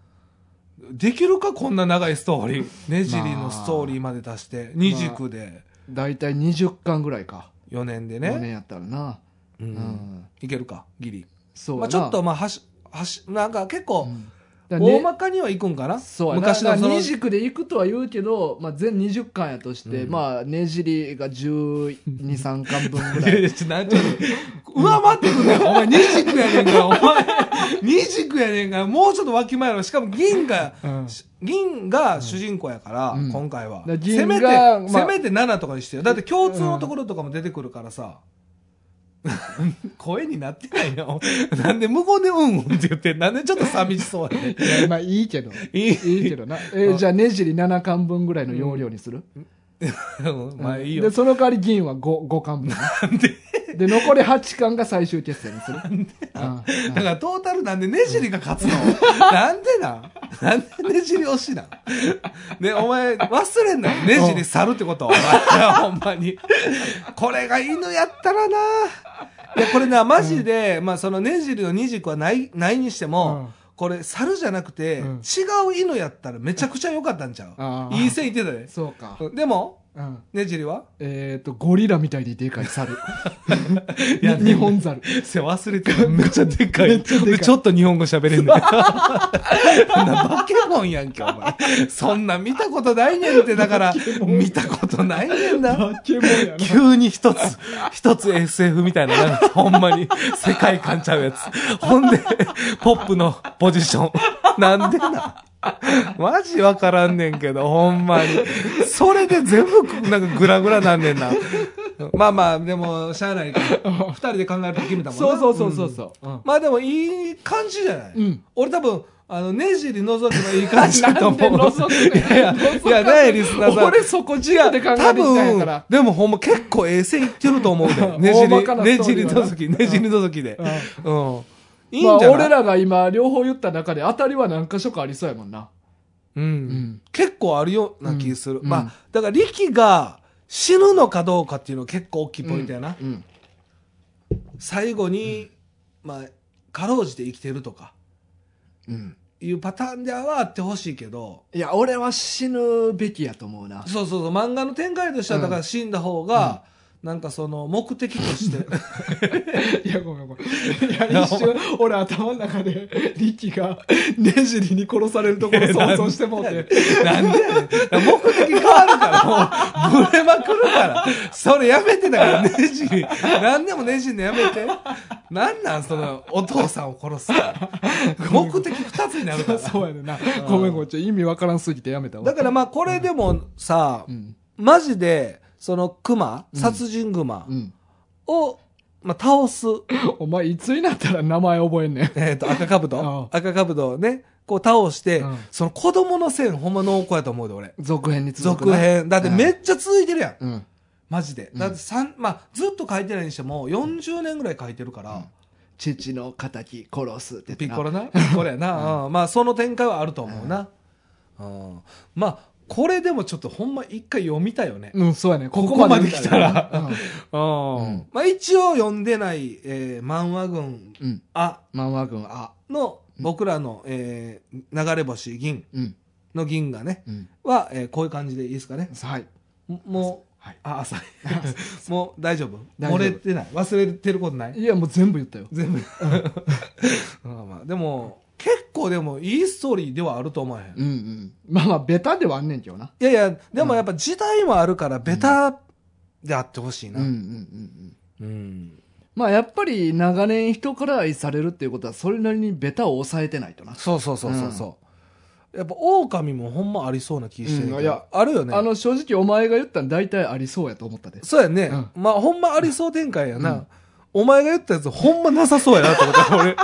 できるか、こんな長いストーリー。ねじりのストーリーまで出して、二軸で、大体20巻ぐらいか4年で4ね。年やったらなう。うんんいけるか、ギリ。そうやまなあちょっと、まあ、はし、はし、なんか結構う、んだからね大まかにはいくんかな。そうやな昔のその二、軸で行くとは言うけど、まあ、全20巻やとして、うんまあねじりが123巻分ぐ いらやいいや、ちょ、なんちょっと、上回ってくんねん。お前、二軸やねんから、お前、二軸やねんから、もうちょっとわきまえろ。しかも、銀が、うんし銀が主人公やから、うん今回は。だから銀せめて、がまあせめて7とかにしてよ。だって共通のところとかも出てくるか らさ。声になってないよ。なんで無言でうんうんって言ってん、なんでちょっと寂しそうやねん。いやまあいいけどいいいいけどな、えーじゃあねじり7巻分ぐらいの容量にする、 うんまあいいでよ。その代わり銀は 5, 5巻分で残り8巻が最終決戦にするなんで だからトータルなんでねじりが 勝つのなんでなんなんでねじり推しなんね、お前忘れんなよ。ねじり猿ってこと。お前ほんまに。これが犬やったらな。いや、これな、マジで、まあそのねじりの二軸はない、ないにしても、うんこれ猿じゃなくて、うん違う犬やったらめちゃくちゃ良かったんちゃあうーいい線いってたで。そうか、でも、うん、ねじりはえっ、とゴリラみたいにでかい 猿いや日本猿せ忘れてる。 めっちゃでっかい。めっちゃでかいでちょっと日本語喋れ んねん。そんなバケモンやんけ、お前。そんな見たことないねんって、だから、見たことないねんな。ケモンや急に一つ、一つ SF みたいな、なんかほんまに世界観ちゃうやつ。ほんで、ポップのポジション。なんでな。マジわからんねんけど、ほんまに。それで全部、なんかグラグラなんねんな。まあまあ、でも、しゃあないか。二人で考えると決めたもんなそうそうそうそうそう、うんまあでもいい感じじゃない、うん俺多分、あの、ねじり覗くのいい感じだと思う。なんで覗くねんいやいや、い や、ないリスナーさん。俺そこ自由で考えてき多たんやか分ら、。でもほんま結構ええ線いってると思うで。ねじ大まりか、なねストじーリりーはな覗き、ねじり覗きで。ううんん。いいまあんじゃな俺い、らが今両方言った中で当たりは何箇所かありそうやもんな。うん、ん結構あるような気する。うんまうんあ、だから力が死ぬのかどうかっていうの結構大きいポイントやな。うん。最後に、まあ、かろうじて生きてるとかうん。いうパターンではあってほしいけど、いや、俺は死ぬべきやと思うな。そうそうそう、漫画の展開としては、だから死んだ方が、なんかその、目的と して、 いや、ごめんごめん。いや、一瞬、俺頭の中で、リキが、ねじりに殺されるところ想像して もうて。なんでやねん。目的変わるから、もう、ブレまくるから。それやめてだから、ねじり。何でもねじるのやめて。なんなん、その、お父さんを殺すから。目的二つになるか ら。そうやねんな。ごめんごめん。ちょ意味わからんすぎてやめたわ。だからまあ、これでもさう、ん。マジで、その、熊、うん殺人熊うん。を、まあ、倒す。お前、いつになったら名前覚えんねん。えっ、と、赤かぶとう赤かぶとをね、こう倒して、うんその子供の線ほんま濃厚やと思うで、俺。続編に続く続な。編。だってめっちゃ続いてるやん。うん。マジで。うんだって三、まあ、ずっと書いてないにしても、40年ぐらい書いてるから、父の敵殺すってピッコロ。ロな。これやな、うんまあ、その展開はあると思うな。うんまあ、これでもちょっとほんま一回読みたいよね。うん、そうやね。ここここままでで来たらうんうんうんまあ、一応読んでない、えー漫画群、うん。あ、漫画軍、あ、の、僕らの、えー流れ星銀うん。の銀がね、うん。は、えーこういう感じでいいですかね。はい。もう、はいあ、浅い。もう大丈夫大丈夫漏れてない忘れてることないいや、もう全部言ったよ。 全部。まあまあ、でも、結構でもいいストーリーではあると思えへん。うんうん。まあまあ、ベタではあんねんけどな。いやいや、でもやっぱ時代もあるから、ベタであってほしいうんな。うんうんうん。うんまあやっぱり長年人から愛されるっていうことはそれなりにベタを抑えてないとな。そうそうそうそうそう。やっぱ狼もほんまありそうな気してるけど、うんいやあるよね。あの正直お前が言ったの大体ありそうやと思った で。そうやね、まあほんまありそう展開やな、お前が言ったやつほんまなさそうやなと思 った。俺。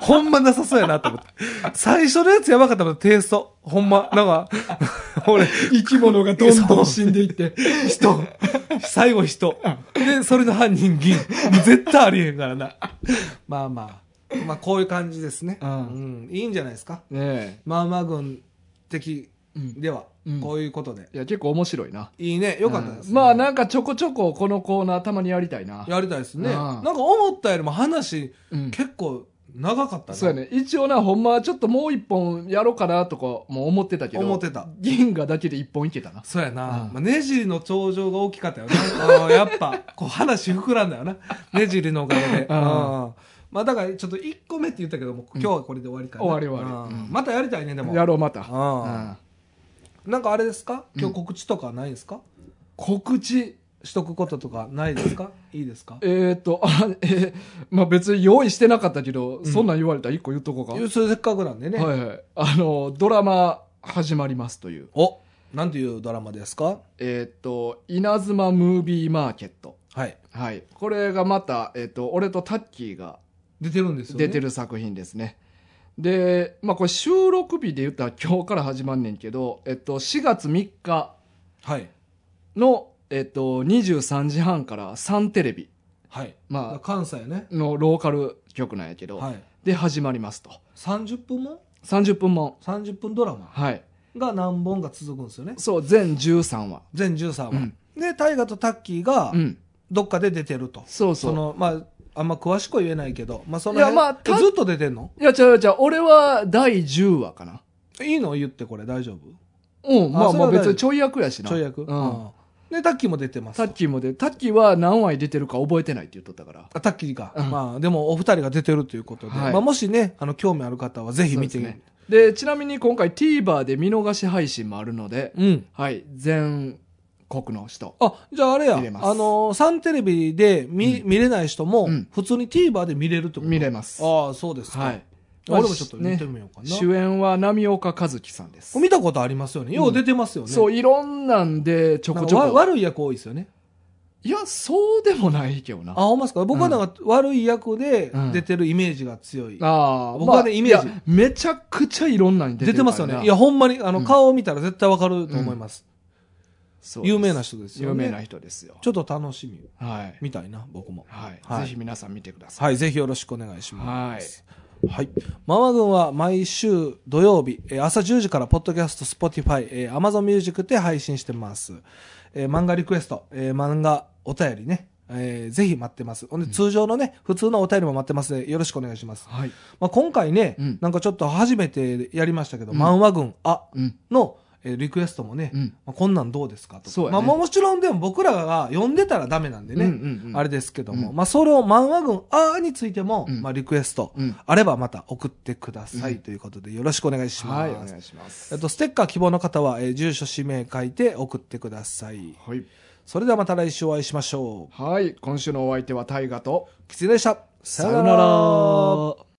ほんまなさそうやなと思った。最初のやつやばかったもん、テイスト。ほんま。な んか、俺、生き物がどんどん死んでい って、 人。最後人。で、それの犯人銀。絶対ありえへんからな。まあまあ。まあこういう感じですね。うんうんいいんじゃないですか。ねまあまあ軍的え。うん。ではうん、こういうことで。いや、結構面白いな。いいね。よかったです、うんまあなんかちょこちょここのコーナーたまにやりたいな。やりたいですね。うんなんか思ったよりも話、うん結構長かったそうやね。一応な、ほんまちょっともう一本やろうかなとかも思ってたけど。思ってた。銀河だけで一本いけたな。そうやなう。んまあ、ねじりの頂上が大きかったよな。あーやっぱ、こう話膨らんだよな。ねじりのおかげで。うんうんまあだからちょっと1個目って言ったけども、今日はこれで終わりかな。終わり終わりうんうんまたやりたいね、でも。やろうまた。うんうんなんかあれですか今日告知とかないですか、告知。しとくこととかないですかいいですかえー、と、 あ、えーまあ別に用意してなかったけど、そんなん言われたら一個言っとこうか。それせっかくなんでね。はいはい。あの、ドラマ始まりますという。お、なんていうドラマですかえー、と、稲妻ムービーマーケット。はい。はい。これがまた、えー、と、俺とタッキーが出てるんですよね。出てる作品ですね。で、まあこれ収録日で言ったら今日から始まんねんけど、えっと、4月3日はい。の、えっと、23時半からサンテレビはい。まあだから関西ね。のローカル局なんやけど、はい。で始まりますと。 30分も30分もん。 ?30 分ドラマはい。が何本か続くんですよね。そう、全13話。全13話。うんで、大河とタッキーがうん。どっかで出てると。そうそう。の、まあ、あんま詳しくは言えないけど、まあそのいや辺、まあたずっと出てんのいや、違う違う。俺は第10話かな。いいの言ってこれ大丈夫うん。まあそれまはあ大丈夫別にちょい役やしな。ちょい役、うん。で、タッキーも出てますタと。ッキーもで、タッキーは何話に出てるか覚えてないって言っとったから。あタッキーか、うんまあ、でもお二人が出てるということで、はいまあ、もしね、あの、興味ある方はぜひ見てそうみでて、すね。で、ちなみに今回 TVer で見逃し配信もあるので、うん。はい。全国の人。あ、じゃああれや、あ見れますのーサンテレビで見、見れない人もうん、普通に TVer で見れるってこと見れます。ああ、そうですか。はい。俺もちょっと見てねみようかな。主演は波岡和樹さんですこれ。見たことありますよね。よう出てますよね。そう、いろんなんでちょなんこかちょわこ。悪い役多いですよね。いや、そうでもないけどな。あ、ほんまですか僕はなんか悪い役でうん出てるイメージが強い。ああ、僕はねまあイメージいやめちゃくちゃいろんなに出て出るかてらなますよね。いや、ほんまに、あの、うん顔を見たら絶対わかると思います。そうです有名な人ですよ有ね。名な人ですよ。ちょっと楽しみ。はい。みたいな、僕も。はい。はいぜひ皆さん見てください。はい、ぜひよろしくお願いします。はい。ママ軍は毎週土曜日、えー朝10時からポッドキャスト、Spotify、えー Amazon Music で配信してます。えー漫画リクエスト、えー漫画お便りね、えーぜひ待ってます。ほんで、通常のね、普通のお便りも待ってますので、よろしくお願いします。はい。まあ、今回ね、うんなんかちょっと初めてやりましたけど、うんマンワ軍あうん。の、えーリクエストもね、うん。まあ、こんなんどうですかとか。そうやねまあ、もちろんでも僕らが読んでたらダメなんでね、うんうんうんあれですけども、うんまあ、それを漫画軍あーについても、うんまあ、リクエスト、うんあればまた送ってくださうい、んということでよろしくお願いしまはす。い、お願いします。えっと、ステッカー希望の方は、えー住所、氏名書いて送ってください。はい。それではまた来週お会いしましょはい。今週のお相手は大河と、う。キツネでした。さよなら。